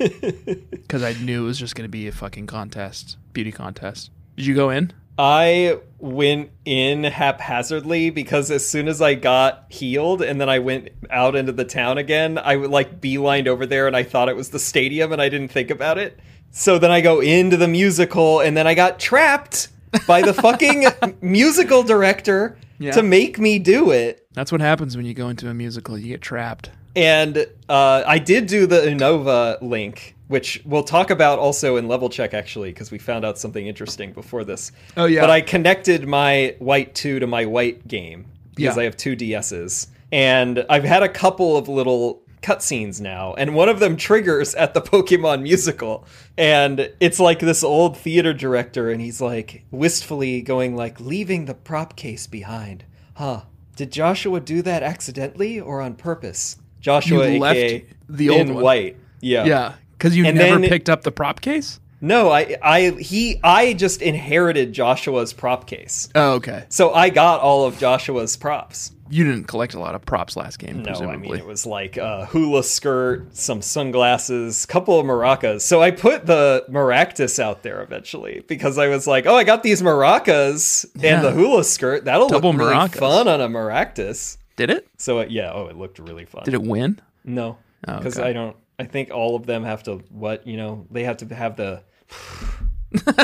Speaker 1: because I knew it was just going to be a fucking contest, beauty contest. Did you go in?
Speaker 2: I went in haphazardly because as soon as I got healed and then I went out into the town again, I would like beelined over there and I thought it was the stadium and I didn't think about it. So then I go into the musical and then I got trapped by the fucking musical director
Speaker 1: Yeah.
Speaker 2: to make me do it.
Speaker 1: That's what happens when you go into a musical. You get trapped.
Speaker 2: And uh, I did do the Unova link, which we'll talk about also in level check, actually, because we found out something interesting before this.
Speaker 1: Oh, yeah.
Speaker 2: But I connected my white 2 to my white game because
Speaker 1: Yeah.
Speaker 2: I have two DSs. And I've had a couple of little cutscenes now, and one of them triggers at the Pokemon musical. And it's like this old theater director, and he's like wistfully going like, leaving the prop case behind. Huh. Did Joshua do that accidentally or on purpose? Joshua
Speaker 1: You left
Speaker 2: aka,
Speaker 1: the old
Speaker 2: in
Speaker 1: one.
Speaker 2: white. Yeah.
Speaker 1: Yeah, because you
Speaker 2: Oh. And
Speaker 1: never
Speaker 2: then-
Speaker 1: picked up the prop case.
Speaker 2: No, I I he I just inherited Joshua's prop case.
Speaker 1: Oh, okay.
Speaker 2: So I got all of Joshua's props.
Speaker 1: You didn't collect a lot of props last game,
Speaker 2: No,
Speaker 1: presumably.
Speaker 2: I mean it was like a hula skirt, some sunglasses, couple of maracas. So I put the maractus out there eventually because I was like, "Oh, I got these maracas
Speaker 1: Yeah.
Speaker 2: and the hula skirt. That'll
Speaker 1: Double
Speaker 2: look really
Speaker 1: maracas.
Speaker 2: fun on a maractus."
Speaker 1: Did it?
Speaker 2: So it, yeah, oh, it looked really fun.
Speaker 1: Did it win?
Speaker 2: No,
Speaker 1: Oh,
Speaker 2: because I don't. I think all of them have to what you know. They have to have the.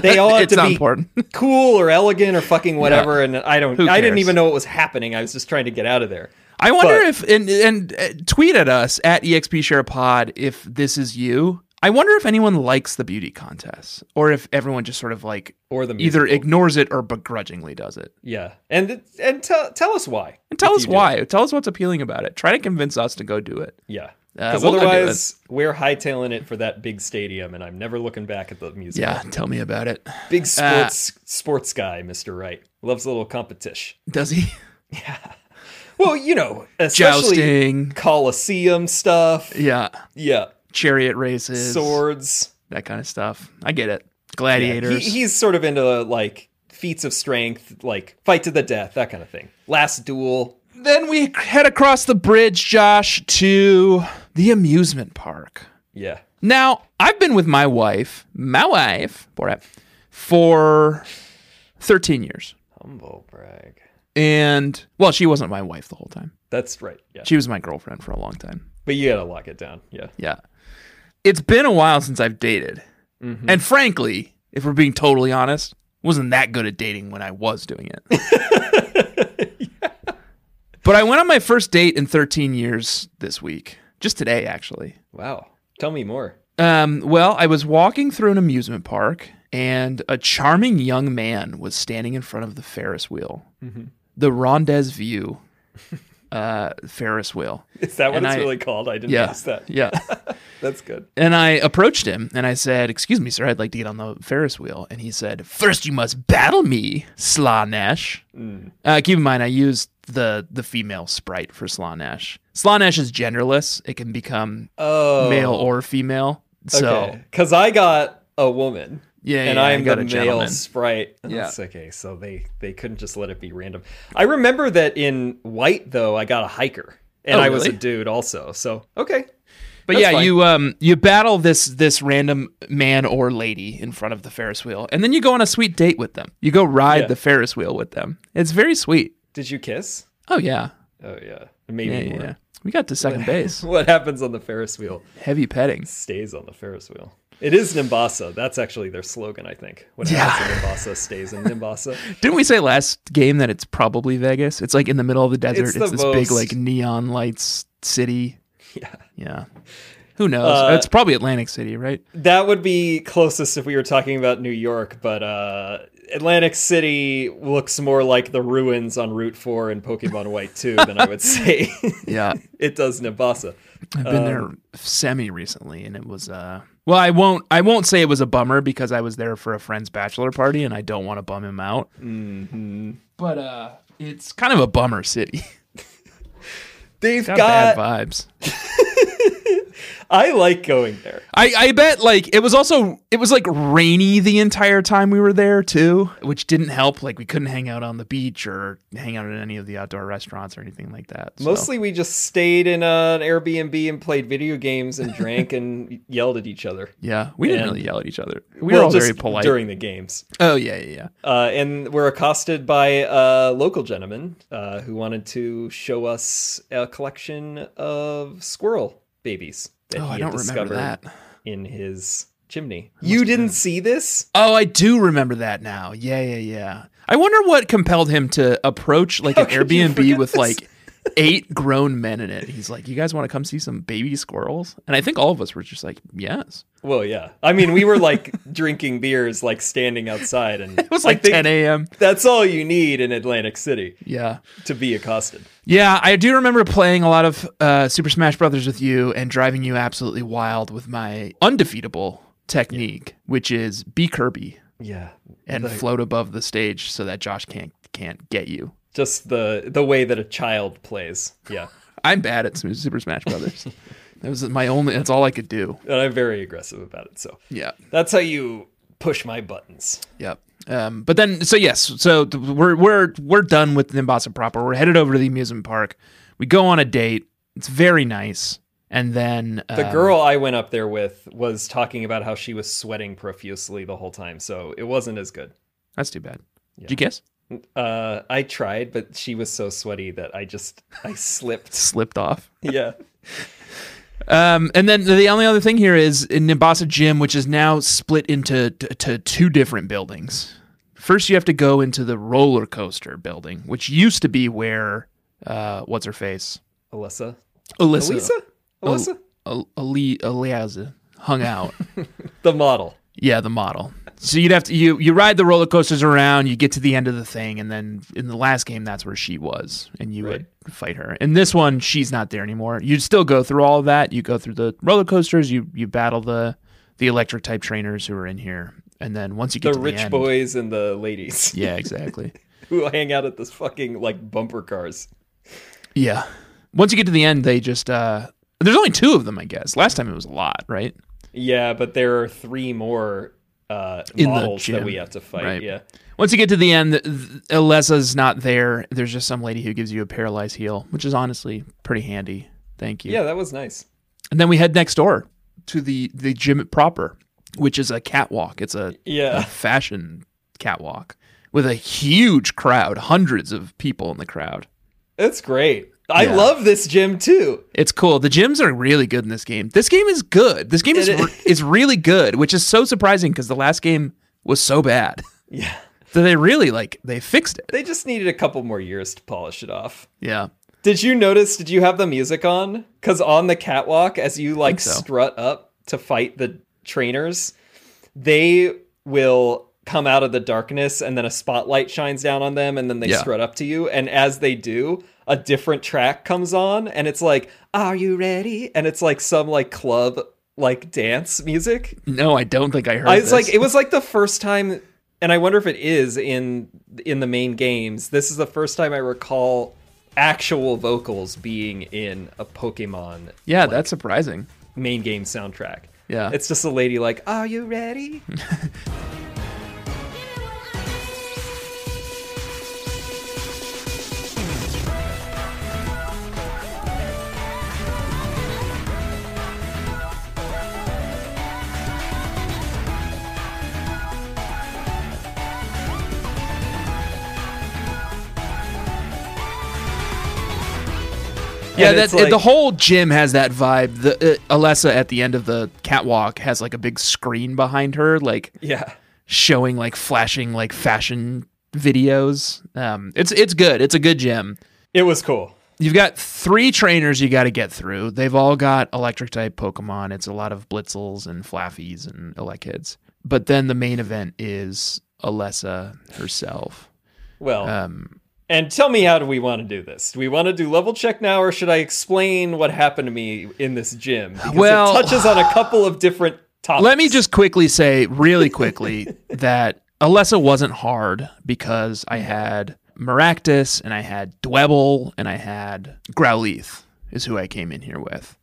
Speaker 2: They all have
Speaker 1: It's
Speaker 2: to
Speaker 1: not
Speaker 2: be
Speaker 1: important.
Speaker 2: cool or elegant or fucking whatever. And I don't.
Speaker 1: Who
Speaker 2: I didn't
Speaker 1: cares?
Speaker 2: even know what was happening. I was just trying to get out of there.
Speaker 1: I wonder
Speaker 2: But-
Speaker 1: if and and uh, tweet at us at exp share pod if this is you. I wonder if anyone likes the beauty contest or if everyone just sort of like
Speaker 2: Or the
Speaker 1: either
Speaker 2: musical.
Speaker 1: ignores it or begrudgingly does it.
Speaker 2: Yeah, and it- and tell tell us why.
Speaker 1: And tell
Speaker 2: if
Speaker 1: us
Speaker 2: you do.
Speaker 1: why. Tell us what's appealing about it. Try to convince us to go do it.
Speaker 2: Yeah.
Speaker 1: Uh,
Speaker 2: Because
Speaker 1: we'll go do
Speaker 2: otherwise, we're hightailing it for that big stadium, and I'm never looking back at the music.
Speaker 1: Yeah, Uh, tell me about it.
Speaker 2: Big sports sports guy, Mr. Wright loves a little competition.
Speaker 1: Does he
Speaker 2: Well, you know, especially
Speaker 1: jousting?
Speaker 2: Coliseum stuff.
Speaker 1: Yeah,
Speaker 2: Yeah,
Speaker 1: chariot races,
Speaker 2: swords.
Speaker 1: that kind of stuff. I get it.
Speaker 2: Yeah,
Speaker 1: Gladiators.
Speaker 2: He, he's sort of into like feats of strength, like fight to the death, that kind of thing. Last duel.
Speaker 1: then we head across the bridge, Josh, to the amusement park.
Speaker 2: Yeah.
Speaker 1: Now, I've been with my wife, my wife, Borat, for 13 years.
Speaker 2: Humble brag.
Speaker 1: And, well, she wasn't my wife the whole time.
Speaker 2: That's right. Yeah.
Speaker 1: She was my girlfriend for a long time.
Speaker 2: But you gotta lock it down. Yeah.
Speaker 1: Yeah. It's been a while since I've dated. And frankly, if we're being totally honest, wasn't that good at dating when I was doing it. But I went on my first date in 13 years this week, just today, actually.
Speaker 2: Wow. Tell me more.
Speaker 1: Um, well, I was walking through an amusement park, and a charming young man was standing in front of the Ferris wheel,
Speaker 2: Mm-hmm.
Speaker 1: the Rondes View uh, Ferris wheel.
Speaker 2: Is that what
Speaker 1: And
Speaker 2: it's
Speaker 1: I-
Speaker 2: really called? I didn't
Speaker 1: Yeah,
Speaker 2: notice that.
Speaker 1: yeah.
Speaker 2: That's good.
Speaker 1: And I approached him and I said, "Excuse me, sir, I'd like to get on the Ferris wheel." And he said, first you must battle me, Slanesh."
Speaker 2: Mm.
Speaker 1: Uh, keep in mind, I used the the female sprite for Slanesh. Slanesh is genderless; it can become
Speaker 2: Oh.
Speaker 1: male or female. So
Speaker 2: Because I got a woman.
Speaker 1: Yeah,
Speaker 2: And
Speaker 1: yeah, I
Speaker 2: I'm
Speaker 1: got
Speaker 2: the
Speaker 1: a
Speaker 2: male
Speaker 1: gentleman.
Speaker 2: sprite. Oh,
Speaker 1: Yeah.
Speaker 2: That's okay. So they they couldn't just let it be random. I remember that in white though, I got a hiker. And
Speaker 1: Oh,
Speaker 2: I was a
Speaker 1: really?
Speaker 2: dude also. So okay.
Speaker 1: But
Speaker 2: That's
Speaker 1: yeah,
Speaker 2: fine.
Speaker 1: you um you battle this this random man or lady in front of the Ferris wheel, and then you go on a sweet date with them. You go ride
Speaker 2: Yeah.
Speaker 1: the Ferris wheel with them. It's very sweet.
Speaker 2: Did you kiss?
Speaker 1: Oh yeah,
Speaker 2: Oh yeah. Maybe
Speaker 1: yeah,
Speaker 2: more.
Speaker 1: yeah. yeah. We got to second base.
Speaker 2: What happens on the Ferris wheel
Speaker 1: Heavy petting.
Speaker 2: stays on the Ferris wheel. It is Nimbasa. That's actually their slogan, I think. What happens in Nimbasa stays in Nimbasa.
Speaker 1: Didn't we say last game that it's probably Vegas? It's like in the middle of the desert. It's,
Speaker 2: the
Speaker 1: this big
Speaker 2: most-
Speaker 1: like neon lights city.
Speaker 2: yeah.
Speaker 1: Yeah. Who knows?
Speaker 2: Uh,
Speaker 1: it's probably Atlantic City, right?
Speaker 2: That would be closest if we were talking about New York, but uh, Atlantic City looks more like the ruins on Route 4 in Pokemon White 2 than I would say
Speaker 1: Yeah.
Speaker 2: it does Nimbasa.
Speaker 1: I've been there semi recently, and it was. Uh, Um, well, I won't. I won't say it was a bummer because I was there for a friend's bachelor party, and I don't want to bum him out. Mm-hmm. But uh, it's kind of a bummer city.
Speaker 2: They've
Speaker 1: Got, bad
Speaker 2: got.
Speaker 1: vibes.
Speaker 2: I like going there.
Speaker 1: I, I bet like it was also it was like rainy the entire time we were there too, which didn't help. Like we couldn't hang out on the beach or hang out at any of the outdoor restaurants or anything like that. So-
Speaker 2: Mostly, we just stayed in uh, an Airbnb and played video games and drank and yelled at each other.
Speaker 1: yeah, we didn't
Speaker 2: and-
Speaker 1: really yell at each other. We
Speaker 2: Well,
Speaker 1: were all
Speaker 2: just
Speaker 1: very polite.
Speaker 2: during the games.
Speaker 1: oh yeah, yeah, yeah.
Speaker 2: uh, and were accosted by a local gentleman uh, who wanted to show us a collection of squirrel babies that
Speaker 1: Oh,
Speaker 2: he
Speaker 1: I
Speaker 2: had
Speaker 1: don't remember
Speaker 2: discovered
Speaker 1: that.
Speaker 2: in his chimney. You didn't see this?
Speaker 1: Oh, I do remember that now. Yeah, yeah, yeah. I wonder what compelled him to approach like an
Speaker 2: could you
Speaker 1: Airbnb
Speaker 2: forget
Speaker 1: with
Speaker 2: this?
Speaker 1: like eight grown men in it. He's like, "You guys want to come see some baby squirrels?" And I think all of us were just like, "Yes."
Speaker 2: Well, yeah. I mean, we were like drinking beers, like standing outside, and
Speaker 1: It was like 10 a.m.
Speaker 2: That's all you need in Atlantic City
Speaker 1: Yeah.
Speaker 2: to be accosted.
Speaker 1: Yeah, I do remember playing a lot of uh, Super Smash Brothers with you and driving you absolutely wild with my undefeatable technique, which is be Kirby
Speaker 2: Yeah,
Speaker 1: and float above the stage so that Josh can't can't get you.
Speaker 2: just the the way that a child plays. Yeah,
Speaker 1: I'm bad at Sm- Super Smash Brothers. that was my only. That's all I could do.
Speaker 2: and I'm very aggressive about it. So
Speaker 1: Yeah.
Speaker 2: that's how you push my buttons.
Speaker 1: Yep. Um, but then, so yes, so th- we're we're we're done with Nimbasa proper. We're headed over to the amusement park. We go on a date. It's very nice. And then
Speaker 2: The
Speaker 1: um,
Speaker 2: girl I went up there with was talking about how she was sweating profusely the whole time, so it wasn't as good.
Speaker 1: That's too bad. Did you kiss?
Speaker 2: Uh, I tried, but she was so sweaty that I just I slipped.
Speaker 1: Slipped off.
Speaker 2: yeah,
Speaker 1: Um, and then the only other thing here is in Nimbasa Gym, which is now split into t- to two different buildings. First, you have to go into the roller coaster building, which used to be where uh, what's her face,
Speaker 2: Alyssa,
Speaker 1: Alyssa,
Speaker 2: Alyssa,
Speaker 1: Oh.
Speaker 2: Alyssa,
Speaker 1: Al- Ali- Aliaza hung out.
Speaker 2: the model.
Speaker 1: Yeah, the model. So you'd have to you you ride the roller coasters around, you get to the end of the thing, and then in the last game that's where she was, and you would fight her. In this one, she's not there anymore. You'd still go through all of that. You go through the roller coasters, you you battle the the electric type trainers who are in here, and then once you
Speaker 2: The
Speaker 1: get to
Speaker 2: rich
Speaker 1: the end,
Speaker 2: boys and the ladies
Speaker 1: yeah, exactly,
Speaker 2: who hang out at this fucking like bumper cars.
Speaker 1: yeah. Once you get to the end, they just uh, there's only two of them, I guess. Last time it was a lot, right?
Speaker 2: Yeah, but there are three more uh,
Speaker 1: In the
Speaker 2: models that
Speaker 1: gym,
Speaker 2: we have to fight.
Speaker 1: right.
Speaker 2: Yeah,
Speaker 1: Once you get to the end, th- Alessa's not there. There's just some lady who gives you a paralyzed heel, which is honestly pretty handy. Thank you.
Speaker 2: yeah, that was nice.
Speaker 1: And then we head next door to the the gym proper, which is a catwalk. It's a, a
Speaker 2: Yeah,
Speaker 1: fashion catwalk with a huge crowd, hundreds of people in the crowd.
Speaker 2: it's great. I
Speaker 1: Yeah.
Speaker 2: love this gym too.
Speaker 1: It's cool. The gyms are really good in this game. This game is good. This game is
Speaker 2: It
Speaker 1: re- is really good, which is so surprising because the last game was so bad.
Speaker 2: Yeah,
Speaker 1: So they really like they fixed it.
Speaker 2: they just needed a couple more years to polish it off.
Speaker 1: Yeah.
Speaker 2: Did you notice? Did you have the music on? Because on the catwalk, as you like
Speaker 1: so.
Speaker 2: strut up to fight the trainers, they will come out of the darkness and then a spotlight shines down on them and then they
Speaker 1: Yeah.
Speaker 2: strut up to you. And as they do, a different track comes on and it's like, Are you ready? And it's like some like club like dance music.
Speaker 1: No, I don't think I heard.
Speaker 2: I was like,
Speaker 1: this.
Speaker 2: it was like the first time, and I wonder if it is in in the main games. This is the first time I recall actual vocals being in a Pokemon
Speaker 1: yeah, that's surprising.
Speaker 2: main game soundtrack.
Speaker 1: Yeah.
Speaker 2: it's just a lady like, "Are you ready?"
Speaker 1: Yeah,
Speaker 2: And
Speaker 1: that's
Speaker 2: it's
Speaker 1: it the
Speaker 2: like-
Speaker 1: whole gym has that vibe. The uh, Alessa at the end of the catwalk has like a big screen behind her, like
Speaker 2: yeah,
Speaker 1: showing like flashing like fashion videos. Um, it's it's good. It's a good gym.
Speaker 2: it was cool.
Speaker 1: You've got three trainers you got to get through. They've all got electric type Pokemon. It's a lot of Blitzels and Flaffies and Elekids. But then the main event is Alessa herself.
Speaker 2: Well,
Speaker 1: Um,
Speaker 2: and tell me, how do we want to do this? Do we want to do level check now, or should I explain what happened to me in this gym? Because
Speaker 1: Well-
Speaker 2: it touches on a couple of different topics.
Speaker 1: Let me just quickly say, really quickly, that Alessa wasn't hard because I had Maractus and I had Dwebble and I had Growlithe, is who I came in here with.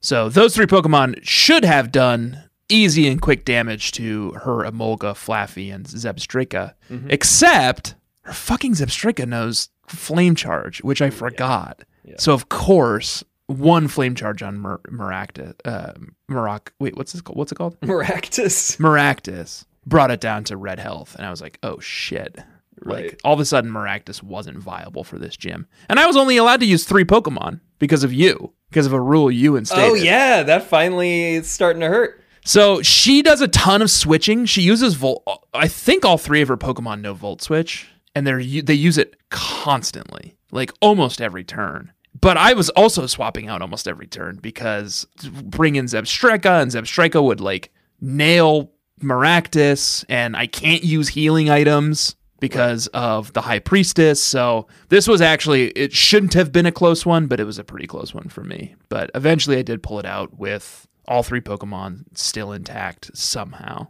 Speaker 1: So those three Pokemon should have done easy and quick damage to her Emolga, Flaffy, and Zebstrika, except her fucking Zebstrika knows Flame Charge, which I forgot. So of course, one Flame Charge on Mer- Maractus, uh, Marac. Wait, what's this called? What's it called?
Speaker 2: Maractus.
Speaker 1: Maractus brought it down to red health, and I was like, oh shit.
Speaker 2: Right.
Speaker 1: Like all of a sudden, Maractus wasn't viable for this gym, and I was only allowed to use three Pokemon because of you, because of a rule you instated.
Speaker 2: Oh yeah, that finally is starting to hurt.
Speaker 1: So she does a ton of switching. She uses Volt. I think all three of her Pokemon know Volt Switch, and they're u- they use it constantly, like almost every turn. But I was also swapping out almost every turn because bring in Zebstreka, and Zebstreka would like nail Maractus, and I can't use healing items because of the High Priestess. So this was actually it shouldn't have been a close one, but it was a pretty close one for me. But eventually, I did pull it out with all three Pokemon still intact somehow.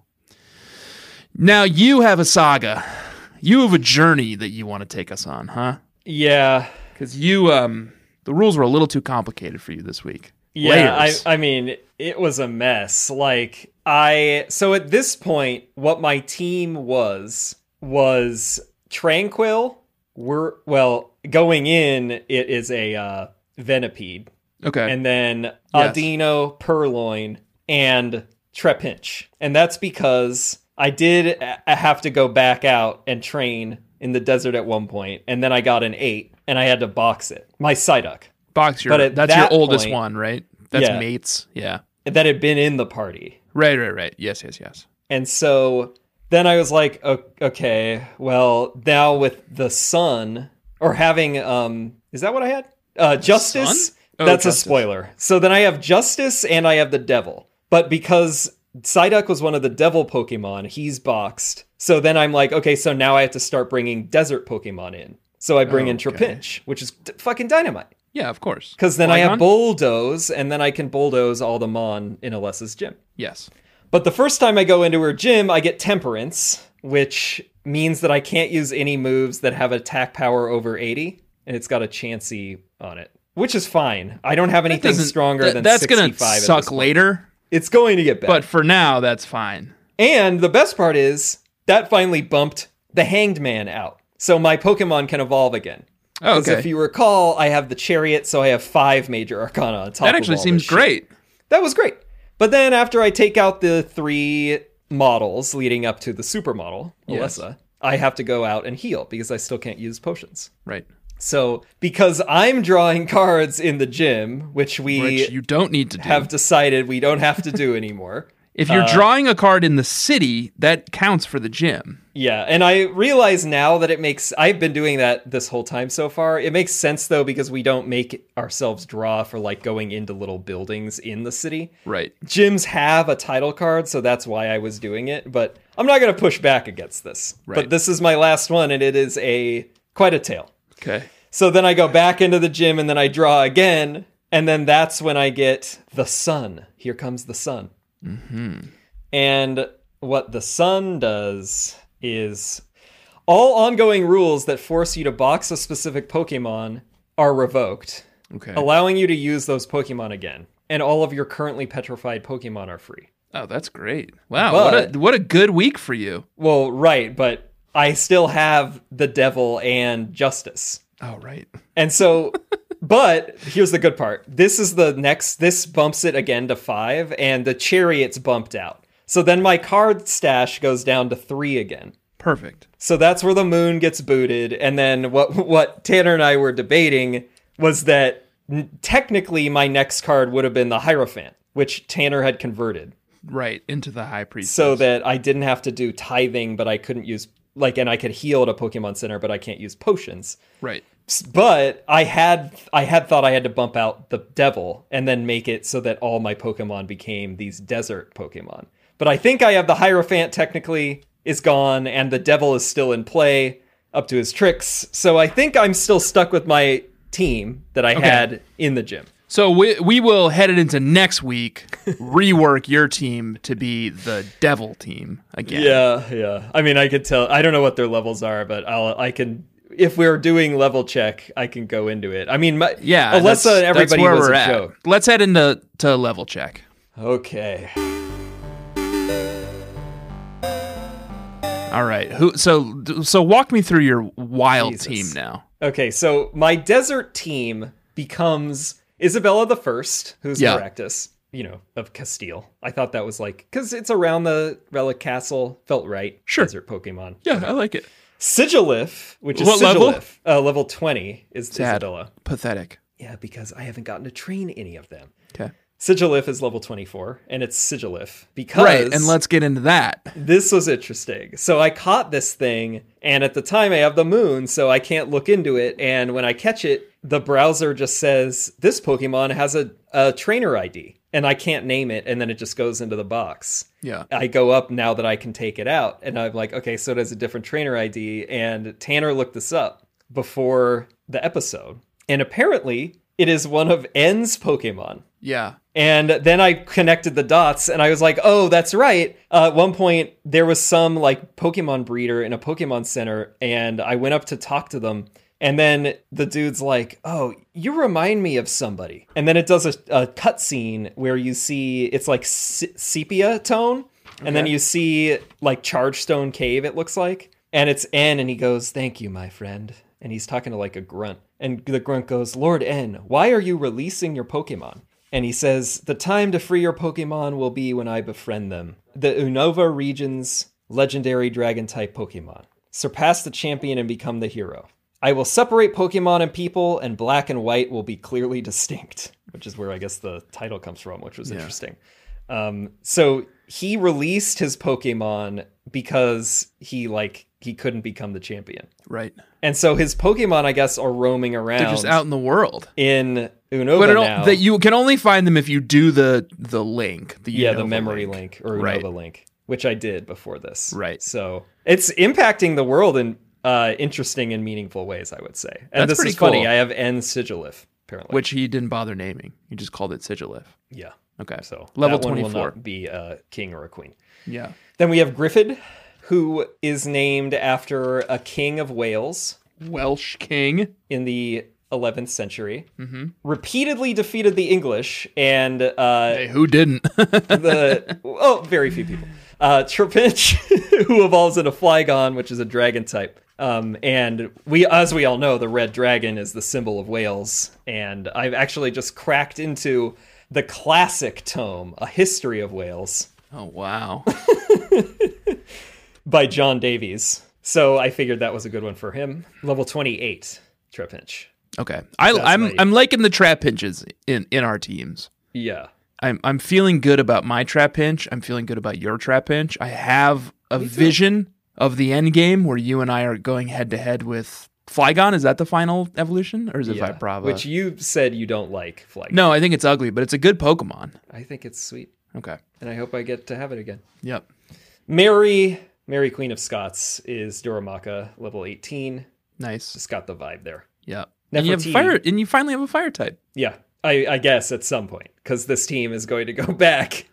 Speaker 1: Now you have a saga. You have a journey that you want to take us on, huh?
Speaker 2: Yeah.
Speaker 1: Because you, um, the rules were a little too complicated for you this week.
Speaker 2: Yeah, I,
Speaker 1: Layers.
Speaker 2: I mean, it was a mess. Like, I. So at this point, what my team was, was Tranquil. We're, well, going in, it is a uh, Venipede.
Speaker 1: okay.
Speaker 2: And then
Speaker 1: Yes.
Speaker 2: Audino, Purloin, and Trepinch. And that's because I did a- have to go back out and train in the desert at one point, and then I got an eight, and I had to box it. My Psyduck.
Speaker 1: Box your.
Speaker 2: but at
Speaker 1: That's your
Speaker 2: that
Speaker 1: oldest
Speaker 2: point-
Speaker 1: one, right? That's
Speaker 2: Yeah.
Speaker 1: mates. Yeah.
Speaker 2: that had been in the party.
Speaker 1: Right. Right. Right. Yes. Yes. Yes.
Speaker 2: And so then I was like, "O- okay, well, now with the sun or having um is that what I had? Uh justice.
Speaker 1: sun? Oh,
Speaker 2: That's
Speaker 1: justice.
Speaker 2: a spoiler. So then I have justice and I have the devil. But because Psyduck was one of the devil Pokemon, he's boxed. So then I'm like, okay, so now I have to start bringing desert Pokemon in. So I bring in
Speaker 1: Okay.
Speaker 2: Trapinch, which is d- fucking dynamite.
Speaker 1: Yeah. Of course.
Speaker 2: Because then I have
Speaker 1: Lygon?
Speaker 2: bulldoze, and then I can bulldoze all the Mon in Alessa's gym.
Speaker 1: Yes.
Speaker 2: But the first time I go into her gym, I get temperance, which means that I can't use any moves that have attack power over 80, and it's got a chancy on it, which is fine. I don't have anything
Speaker 1: Doesn't-
Speaker 2: stronger
Speaker 1: that-
Speaker 2: than
Speaker 1: that's
Speaker 2: 65
Speaker 1: gonna
Speaker 2: at this
Speaker 1: suck
Speaker 2: point.
Speaker 1: later.
Speaker 2: It's going to get better.
Speaker 1: But for now, that's fine.
Speaker 2: and the best part is that finally bumped the hanged man out. So my Pokemon can evolve again.
Speaker 1: Oh,
Speaker 2: Because
Speaker 1: okay.
Speaker 2: if you recall, I have the chariot, so I have five major arcana on top
Speaker 1: that
Speaker 2: of
Speaker 1: actually
Speaker 2: all
Speaker 1: seems
Speaker 2: this shit.
Speaker 1: great.
Speaker 2: That was great. But then after I take out the three models leading up to the supermodel,
Speaker 1: Yes.
Speaker 2: Alyssa, I have to go out and heal because I still can't use potions.
Speaker 1: Right.
Speaker 2: So because I'm drawing cards in the gym, which we
Speaker 1: Which you don't need to do.
Speaker 2: have uh, decided we don't have to do anymore.
Speaker 1: if you're drawing a card in the city, that counts for the gym.
Speaker 2: Yeah, and I realize now that it makes I've been doing that this whole time so far. It makes sense though because we don't make ourselves draw for like going into little buildings in the city.
Speaker 1: Right.
Speaker 2: gyms have a title card, so that's why I was doing it. But I'm not going to push back against this.
Speaker 1: Right.
Speaker 2: But this is my last one, and it is a quite a tale.
Speaker 1: Okay.
Speaker 2: So then I go back into the gym, and then I draw again, and then that's when I get the sun. Here comes the sun. And what the sun does is all ongoing rules that force you to box a specific Pokemon are revoked
Speaker 1: Okay.
Speaker 2: allowing you to use those Pokemon again. And all of your currently petrified Pokemon are free.
Speaker 1: Oh, that's great. Wow. what
Speaker 2: But-
Speaker 1: a what a good week for you.
Speaker 2: Well, right, but I still have the Devil and Justice.
Speaker 1: Oh, right.
Speaker 2: And so, but here's the good part. This is the next, this bumps it again to five, and the Chariot's bumped out. So then my card stash goes down to three again.
Speaker 1: Perfect.
Speaker 2: So that's where the moon gets booted, and then what what Tanner and I were debating was that n- technically my next card would have been the Hierophant, which Tanner had converted,
Speaker 1: Right into the high priest.
Speaker 2: so that I didn't have to do tithing, but I couldn't use like, and I could heal at a Pokemon Center, but I can't use potions.
Speaker 1: right.
Speaker 2: S- But I had I had thought I had to bump out the Devil and then make it so that all my Pokemon became these desert Pokemon. But I think I have the Hierophant technically is gone, and the Devil is still in play up to his tricks. So I think I'm still stuck with my team that I had in the gym.
Speaker 1: So we we will head it into next week. rework your team to be the devil team again.
Speaker 2: Yeah, yeah. I mean, I could tell. I don't know what their levels are, but I'll I can. If we're doing level check, I can go into it. I mean, my,
Speaker 1: Yeah. that's-
Speaker 2: Alyssa and Oh, uh, everybody
Speaker 1: that's where
Speaker 2: was
Speaker 1: we're
Speaker 2: a
Speaker 1: at.
Speaker 2: joke.
Speaker 1: Let's head into to level check.
Speaker 2: Okay.
Speaker 1: All right. Who? So so walk me through your wild
Speaker 2: Jesus.
Speaker 1: team now.
Speaker 2: Okay, so my desert team becomes Isabella the First, who's
Speaker 1: Yeah.
Speaker 2: Maractus, you know, of Castile. I thought that was like because it's around the Relic Castle, felt right.
Speaker 1: Sure.
Speaker 2: desert Pokemon.
Speaker 1: Yeah, I like it.
Speaker 2: Sigilif, which is
Speaker 1: What level?
Speaker 2: Sigilif, uh, level twenty, is
Speaker 1: Sad.
Speaker 2: Isabella.
Speaker 1: Pathetic.
Speaker 2: Yeah, because I haven't gotten to train any of them.
Speaker 1: Okay.
Speaker 2: Sigilif is level 24, and it's Sigilif because
Speaker 1: Right, and let's get into that.
Speaker 2: this was interesting. So I caught this thing, and at the time I have the moon, so I can't look into it. And when I catch it, the browser just says, This Pokemon has a, a trainer ID, and I can't name it. And then it just goes into the box.
Speaker 1: Yeah.
Speaker 2: I go up now that I can take it out, and I'm like, Okay, so it has a different trainer ID. And Tanner looked this up before the episode, and apparently it is one of N's Pokemon.
Speaker 1: Yeah.
Speaker 2: And then I connected the dots and I was like, oh, that's right. Uh, at one point, there was some like Pokemon breeder in a Pokemon center, and I went up to talk to them. And then the dude's like, oh, you remind me of somebody. And then it does a, a cutscene where you see it's like se- sepia tone. And then you see like Chargestone Cave, it looks like. And it's N, and he goes, Thank you, my friend. And he's talking to like a grunt. And the grunt goes, Lord N, why are you releasing your Pokemon? And he says, The time to free your Pokemon will be when I befriend them. The Unova region's legendary dragon type Pokemon. Surpass the champion and become the hero. I will separate Pokemon and people, and black and white will be clearly distinct, which is where I guess the title comes from, which was interesting. Um, so he released his Pokemon because he like he couldn't become the champion,
Speaker 1: Right.
Speaker 2: and so his Pokemon, I guess, are roaming
Speaker 1: They're
Speaker 2: around
Speaker 1: just out in the world.
Speaker 2: in
Speaker 1: But
Speaker 2: Unova
Speaker 1: it
Speaker 2: now.
Speaker 1: all, that you can only find them if you do the the link. The
Speaker 2: yeah, the
Speaker 1: Unova
Speaker 2: memory link, or Unova
Speaker 1: Right.
Speaker 2: link, which I did before this.
Speaker 1: Right.
Speaker 2: So it's impacting the world in uh, interesting and meaningful ways, I would say.
Speaker 1: That's
Speaker 2: And this
Speaker 1: pretty
Speaker 2: is funny.
Speaker 1: cool.
Speaker 2: I have N Sigilif apparently.
Speaker 1: which he didn't bother naming. He just called it Sigilif.
Speaker 2: yeah.
Speaker 1: Okay.
Speaker 2: So
Speaker 1: level
Speaker 2: that one
Speaker 1: twenty
Speaker 2: will
Speaker 1: four.
Speaker 2: not be a king or a queen.
Speaker 1: Yeah.
Speaker 2: Then we have Griffith, who is named after a king of Wales
Speaker 1: Welsh king.
Speaker 2: in the 11th century. Mm-hmm. Repeatedly defeated the English, and uh,
Speaker 1: Hey, who didn't?
Speaker 2: the oh, very few people. Uh, Trapinch, who evolves into Flygon, which is a dragon type. Um, and we, as we all know, the red dragon is the symbol of Wales. And I've actually just cracked into the classic tome, A History of Wales,
Speaker 1: oh wow.
Speaker 2: by John Davies. So I figured that was a good one for him. Level 28, Trepinch.
Speaker 1: Okay. I, I'm
Speaker 2: my-
Speaker 1: I'm liking the trap pinches in in our teams.
Speaker 2: Yeah.
Speaker 1: I'm I'm feeling good about my trap pinch. I'm feeling good about your trap pinch. I have a vision of the end game where you and I are going head to head with Flygon. Is that the final evolution, or is it
Speaker 2: yeah.
Speaker 1: Vibrava?
Speaker 2: Which you said you don't like, Flygon.
Speaker 1: no, I think it's ugly, but it's a good Pokemon.
Speaker 2: I think it's sweet.
Speaker 1: Okay.
Speaker 2: And I hope I get to have it again.
Speaker 1: Yep.
Speaker 2: Mary, Mary Queen of Scots is Doramaka, level 18.
Speaker 1: Nice.
Speaker 2: Just got the vibe there.
Speaker 1: Yep. And you have
Speaker 2: Nefertiti.
Speaker 1: fire, and you finally have a fire type.
Speaker 2: Yeah, I, I guess at some point, because this team is going to go back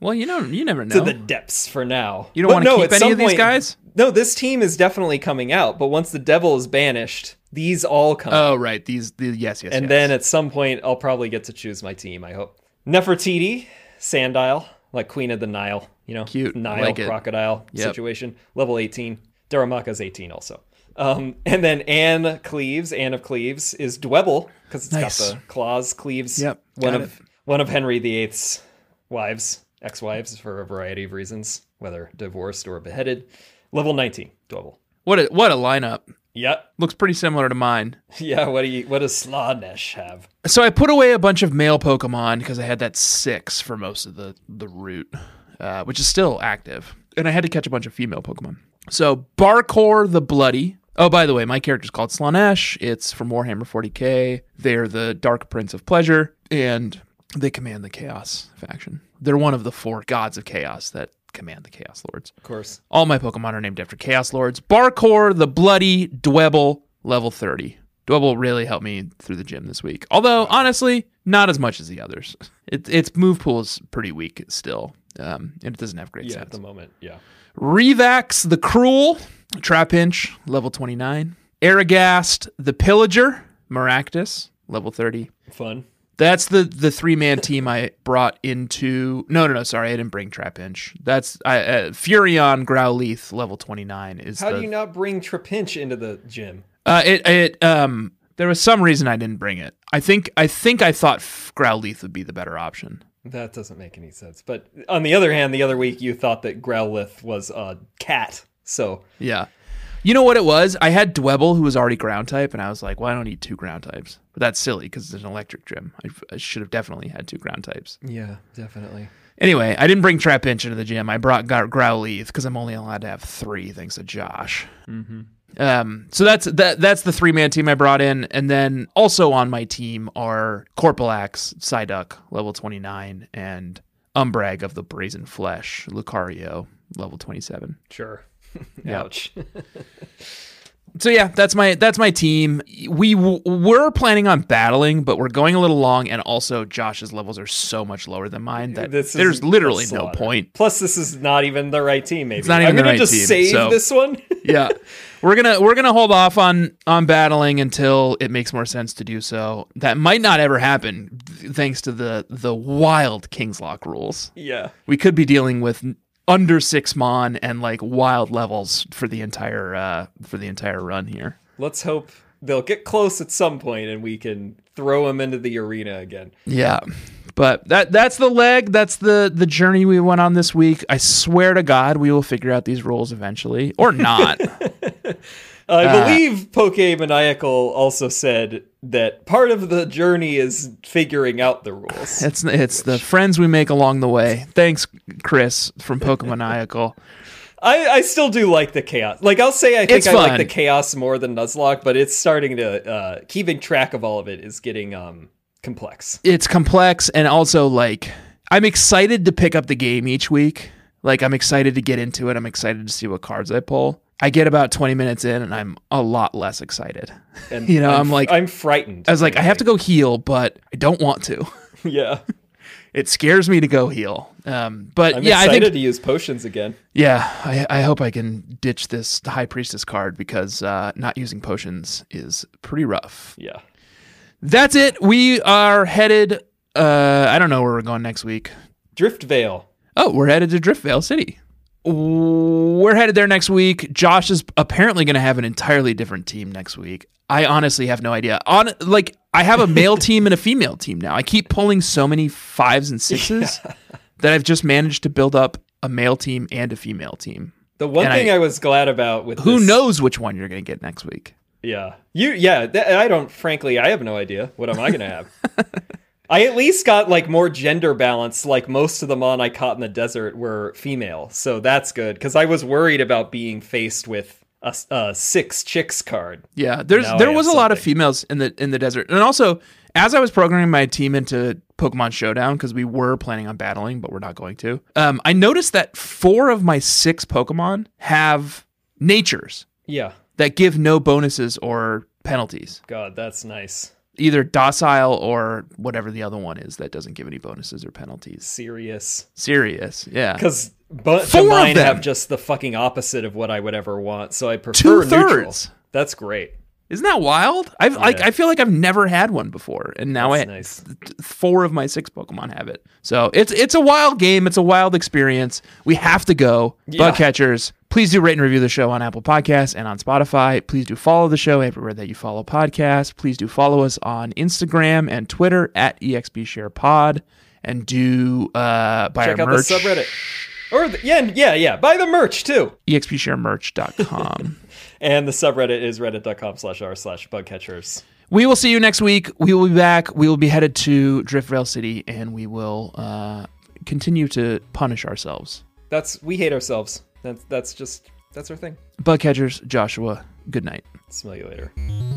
Speaker 1: Well, you know, you never
Speaker 2: to
Speaker 1: know.
Speaker 2: the depths for now.
Speaker 1: Oh. You don't
Speaker 2: But
Speaker 1: wanna keep
Speaker 2: at
Speaker 1: any
Speaker 2: some
Speaker 1: of these guys?
Speaker 2: No, this team is definitely coming out, but once the devil is banished, these all come out.
Speaker 1: oh right, these the yes yes.
Speaker 2: And
Speaker 1: yes.
Speaker 2: then at some point, I'll probably get to choose my team, I hope. Nefertiti, Sand Isle, like Queen of the Nile, you know?
Speaker 1: Cute.
Speaker 2: Nile,
Speaker 1: Like it.
Speaker 2: crocodile
Speaker 1: Yep.
Speaker 2: situation. Level 18. Daramaka's 18 also. Um, and then Anne Cleves, Anne of Cleves, is Dwebble, because it's
Speaker 1: Nice.
Speaker 2: got the claws, Cleves.
Speaker 1: Yep,
Speaker 2: One
Speaker 1: got
Speaker 2: of one of Henry VIII's wives, ex-wives, for a variety of reasons, whether divorced or beheaded. Level 19, Dwebble.
Speaker 1: what a what a lineup.
Speaker 2: Yep.
Speaker 1: Looks pretty similar to mine.
Speaker 2: Yeah, what do you what does Slanesh have?
Speaker 1: So I put away a bunch of male Pokemon because I had that six for most of the the route, uh, which is still active, and I had to catch a bunch of female Pokemon. So Barkor the Bloody. Oh, by the way, my character's called Slanesh. It's from Warhammer 40k. They're the Dark Prince of Pleasure, and they command the Chaos faction. They're one of the four gods of chaos that command the Chaos Lords.
Speaker 2: Of course.
Speaker 1: All my Pokemon are named after Chaos Lords. Barkor, the Bloody, Dwebble, level 30. Dwebble really helped me through the gym this week. Although, honestly, not as much as the others. It, its move pool is pretty weak still, um, and it doesn't have great
Speaker 2: Yeah, at
Speaker 1: sense.
Speaker 2: the moment. Yeah.
Speaker 1: Revax, the Cruel, Trapinch, level 29. Aragast, the Pillager, Maractus, level 30.
Speaker 2: Fun.
Speaker 1: That's the the three man team I brought into. No, no, no. Sorry, I didn't bring Trap Inch. That's I, uh, Furion Growlithe level twenty nine is.
Speaker 2: How
Speaker 1: the,
Speaker 2: do you not bring Trapinch into the gym?
Speaker 1: Uh, it it um. There was some reason I didn't bring it. I think I think I thought F- Growlithe would be the better option.
Speaker 2: That doesn't make any sense. But on the other hand, the other week you thought that Growlithe was a cat. So
Speaker 1: Yeah. You know what it was? I had Dwebble, who was already ground type, and I was like, well, I don't need two ground types. But that's silly because it's an electric gym. I, I should have definitely had two ground types.
Speaker 2: Yeah, definitely.
Speaker 1: Anyway, I didn't bring Trapinch into the gym. I brought Gar- Growlithe because I'm only allowed to have three, thanks to Josh.
Speaker 2: Mm-hmm.
Speaker 1: Um, so that's that. That's the three man team I brought in, and then also on my team are Corpalax, Psyduck, level twenty nine, and Umbrag of the Brazen Flesh, Lucario, level twenty seven
Speaker 2: Sure.
Speaker 1: Yeah.
Speaker 2: Ouch.
Speaker 1: so yeah, that's my that's my team. We w- were planning on battling, but we're going a little long, and also Josh's levels are so much lower than mine that
Speaker 2: This is
Speaker 1: there's
Speaker 2: a
Speaker 1: literally no
Speaker 2: slaughter.
Speaker 1: point.
Speaker 2: Plus, this is not even the right team. Maybe
Speaker 1: not
Speaker 2: I'm
Speaker 1: even the
Speaker 2: gonna
Speaker 1: right
Speaker 2: just
Speaker 1: team,
Speaker 2: save
Speaker 1: so-
Speaker 2: this one.
Speaker 1: yeah we're gonna we're gonna hold off on on battling until it makes more sense to do so that might not ever happen th- thanks to the the wild kingslock rules
Speaker 2: yeah.
Speaker 1: we could be dealing with n- under six mon and like wild levels for the entire uh for the entire run here
Speaker 2: Let's hope they'll get close at some point, and we can throw them into the arena again.
Speaker 1: Yeah. But that that's the leg, that's the the journey we went on this week. I swear to god we will figure out these rules eventually or not.
Speaker 2: I
Speaker 1: Uh,
Speaker 2: believe Poke Maniacal also said that part of the journey is figuring out the rules.
Speaker 1: it's it's the friends we make along the way. Thanks Chris from Pokemoniacal.
Speaker 2: I, I still do like the chaos. Like I'll say, I think
Speaker 1: It's
Speaker 2: I
Speaker 1: fun.
Speaker 2: like the chaos more than Nuzlocke, but it's starting to uh, keeping track of all of it is getting um complex.
Speaker 1: it's complex and also like I'm excited to pick up the game each week. Like I'm excited to get into it. I'm excited to see what cards I pull. I get about 20 minutes in and I'm a lot less excited.
Speaker 2: And
Speaker 1: You know, I'm like-
Speaker 2: I'm frightened.
Speaker 1: I was like I have to go heal, but I don't want to.
Speaker 2: yeah,
Speaker 1: It scares me to go heal. Um, but
Speaker 2: I'm
Speaker 1: yeah, I
Speaker 2: excited
Speaker 1: think
Speaker 2: to use potions again.
Speaker 1: yeah, I, I hope I can ditch this high priestess card because uh, not using potions is pretty rough.
Speaker 2: Yeah,
Speaker 1: That's it. We are headed. Uh, I don't know where we're going next week.
Speaker 2: Driftvale.
Speaker 1: Oh, we're headed to Driftvale City. We're headed there next week. Josh is apparently going to have an entirely different team next week. I honestly have no idea. On like I have a male team and a female team now. I keep pulling so many fives and sixes that I've just managed to build up a male team and a female team.
Speaker 2: The one
Speaker 1: And
Speaker 2: thing
Speaker 1: I-
Speaker 2: I, was glad about with
Speaker 1: Who
Speaker 2: this-
Speaker 1: knows which one you're going to get next week?
Speaker 2: Yeah, you. Yeah, th- I don't. Frankly, I have no idea. What am I gonna have? I at least got like more gender balance. Like most of the mon I caught in the desert were female, so that's good. Because I was worried about being faced with a, s- a six chicks card.
Speaker 1: Yeah, there's
Speaker 2: Now I
Speaker 1: there
Speaker 2: have
Speaker 1: was a lot of
Speaker 2: something.
Speaker 1: females in the in the desert, and also as I was programming my team into Pokemon Showdown because we were planning on battling, but we're not going to. Um, I noticed that four of my six Pokemon have natures
Speaker 2: Yeah.
Speaker 1: that give no bonuses or penalties,
Speaker 2: God, that's nice.
Speaker 1: either docile or whatever the other one is that doesn't give any bonuses or penalties.
Speaker 2: Serious.
Speaker 1: Serious, yeah.
Speaker 2: Because but
Speaker 1: Four of
Speaker 2: mine
Speaker 1: them!
Speaker 2: have just the fucking opposite of what I would ever want. So I prefer neutral.
Speaker 1: Two-thirds.
Speaker 2: That's great.
Speaker 1: Isn't that wild? I've like
Speaker 2: Yeah.
Speaker 1: I feel like I've never had one before, and now
Speaker 2: That's
Speaker 1: I
Speaker 2: nice.
Speaker 1: th- th- four of my six Pokemon have it. So it's it's a wild game. It's a wild experience. We have to go.
Speaker 2: Yeah.
Speaker 1: Bug catchers, please do rate and review the show on Apple Podcasts and on Spotify. Please do follow the show everywhere that you follow podcasts. Please do follow us on Instagram and Twitter at E expsharepod, and do uh, buy
Speaker 2: Check
Speaker 1: our
Speaker 2: out
Speaker 1: merch
Speaker 2: the subreddit. Or the, yeah, yeah, yeah. Buy the merch too.
Speaker 1: E expsharemerch.com.
Speaker 2: And the subreddit is reddit.com slash r slash bugcatchers.
Speaker 1: We will see you next week. We will be back. We will be headed to Driftrail City, and we will uh, continue to punish ourselves.
Speaker 2: That's we hate ourselves. That's that's just that's our thing.
Speaker 1: Bug catchers, Joshua. Good night.
Speaker 2: Smell you later.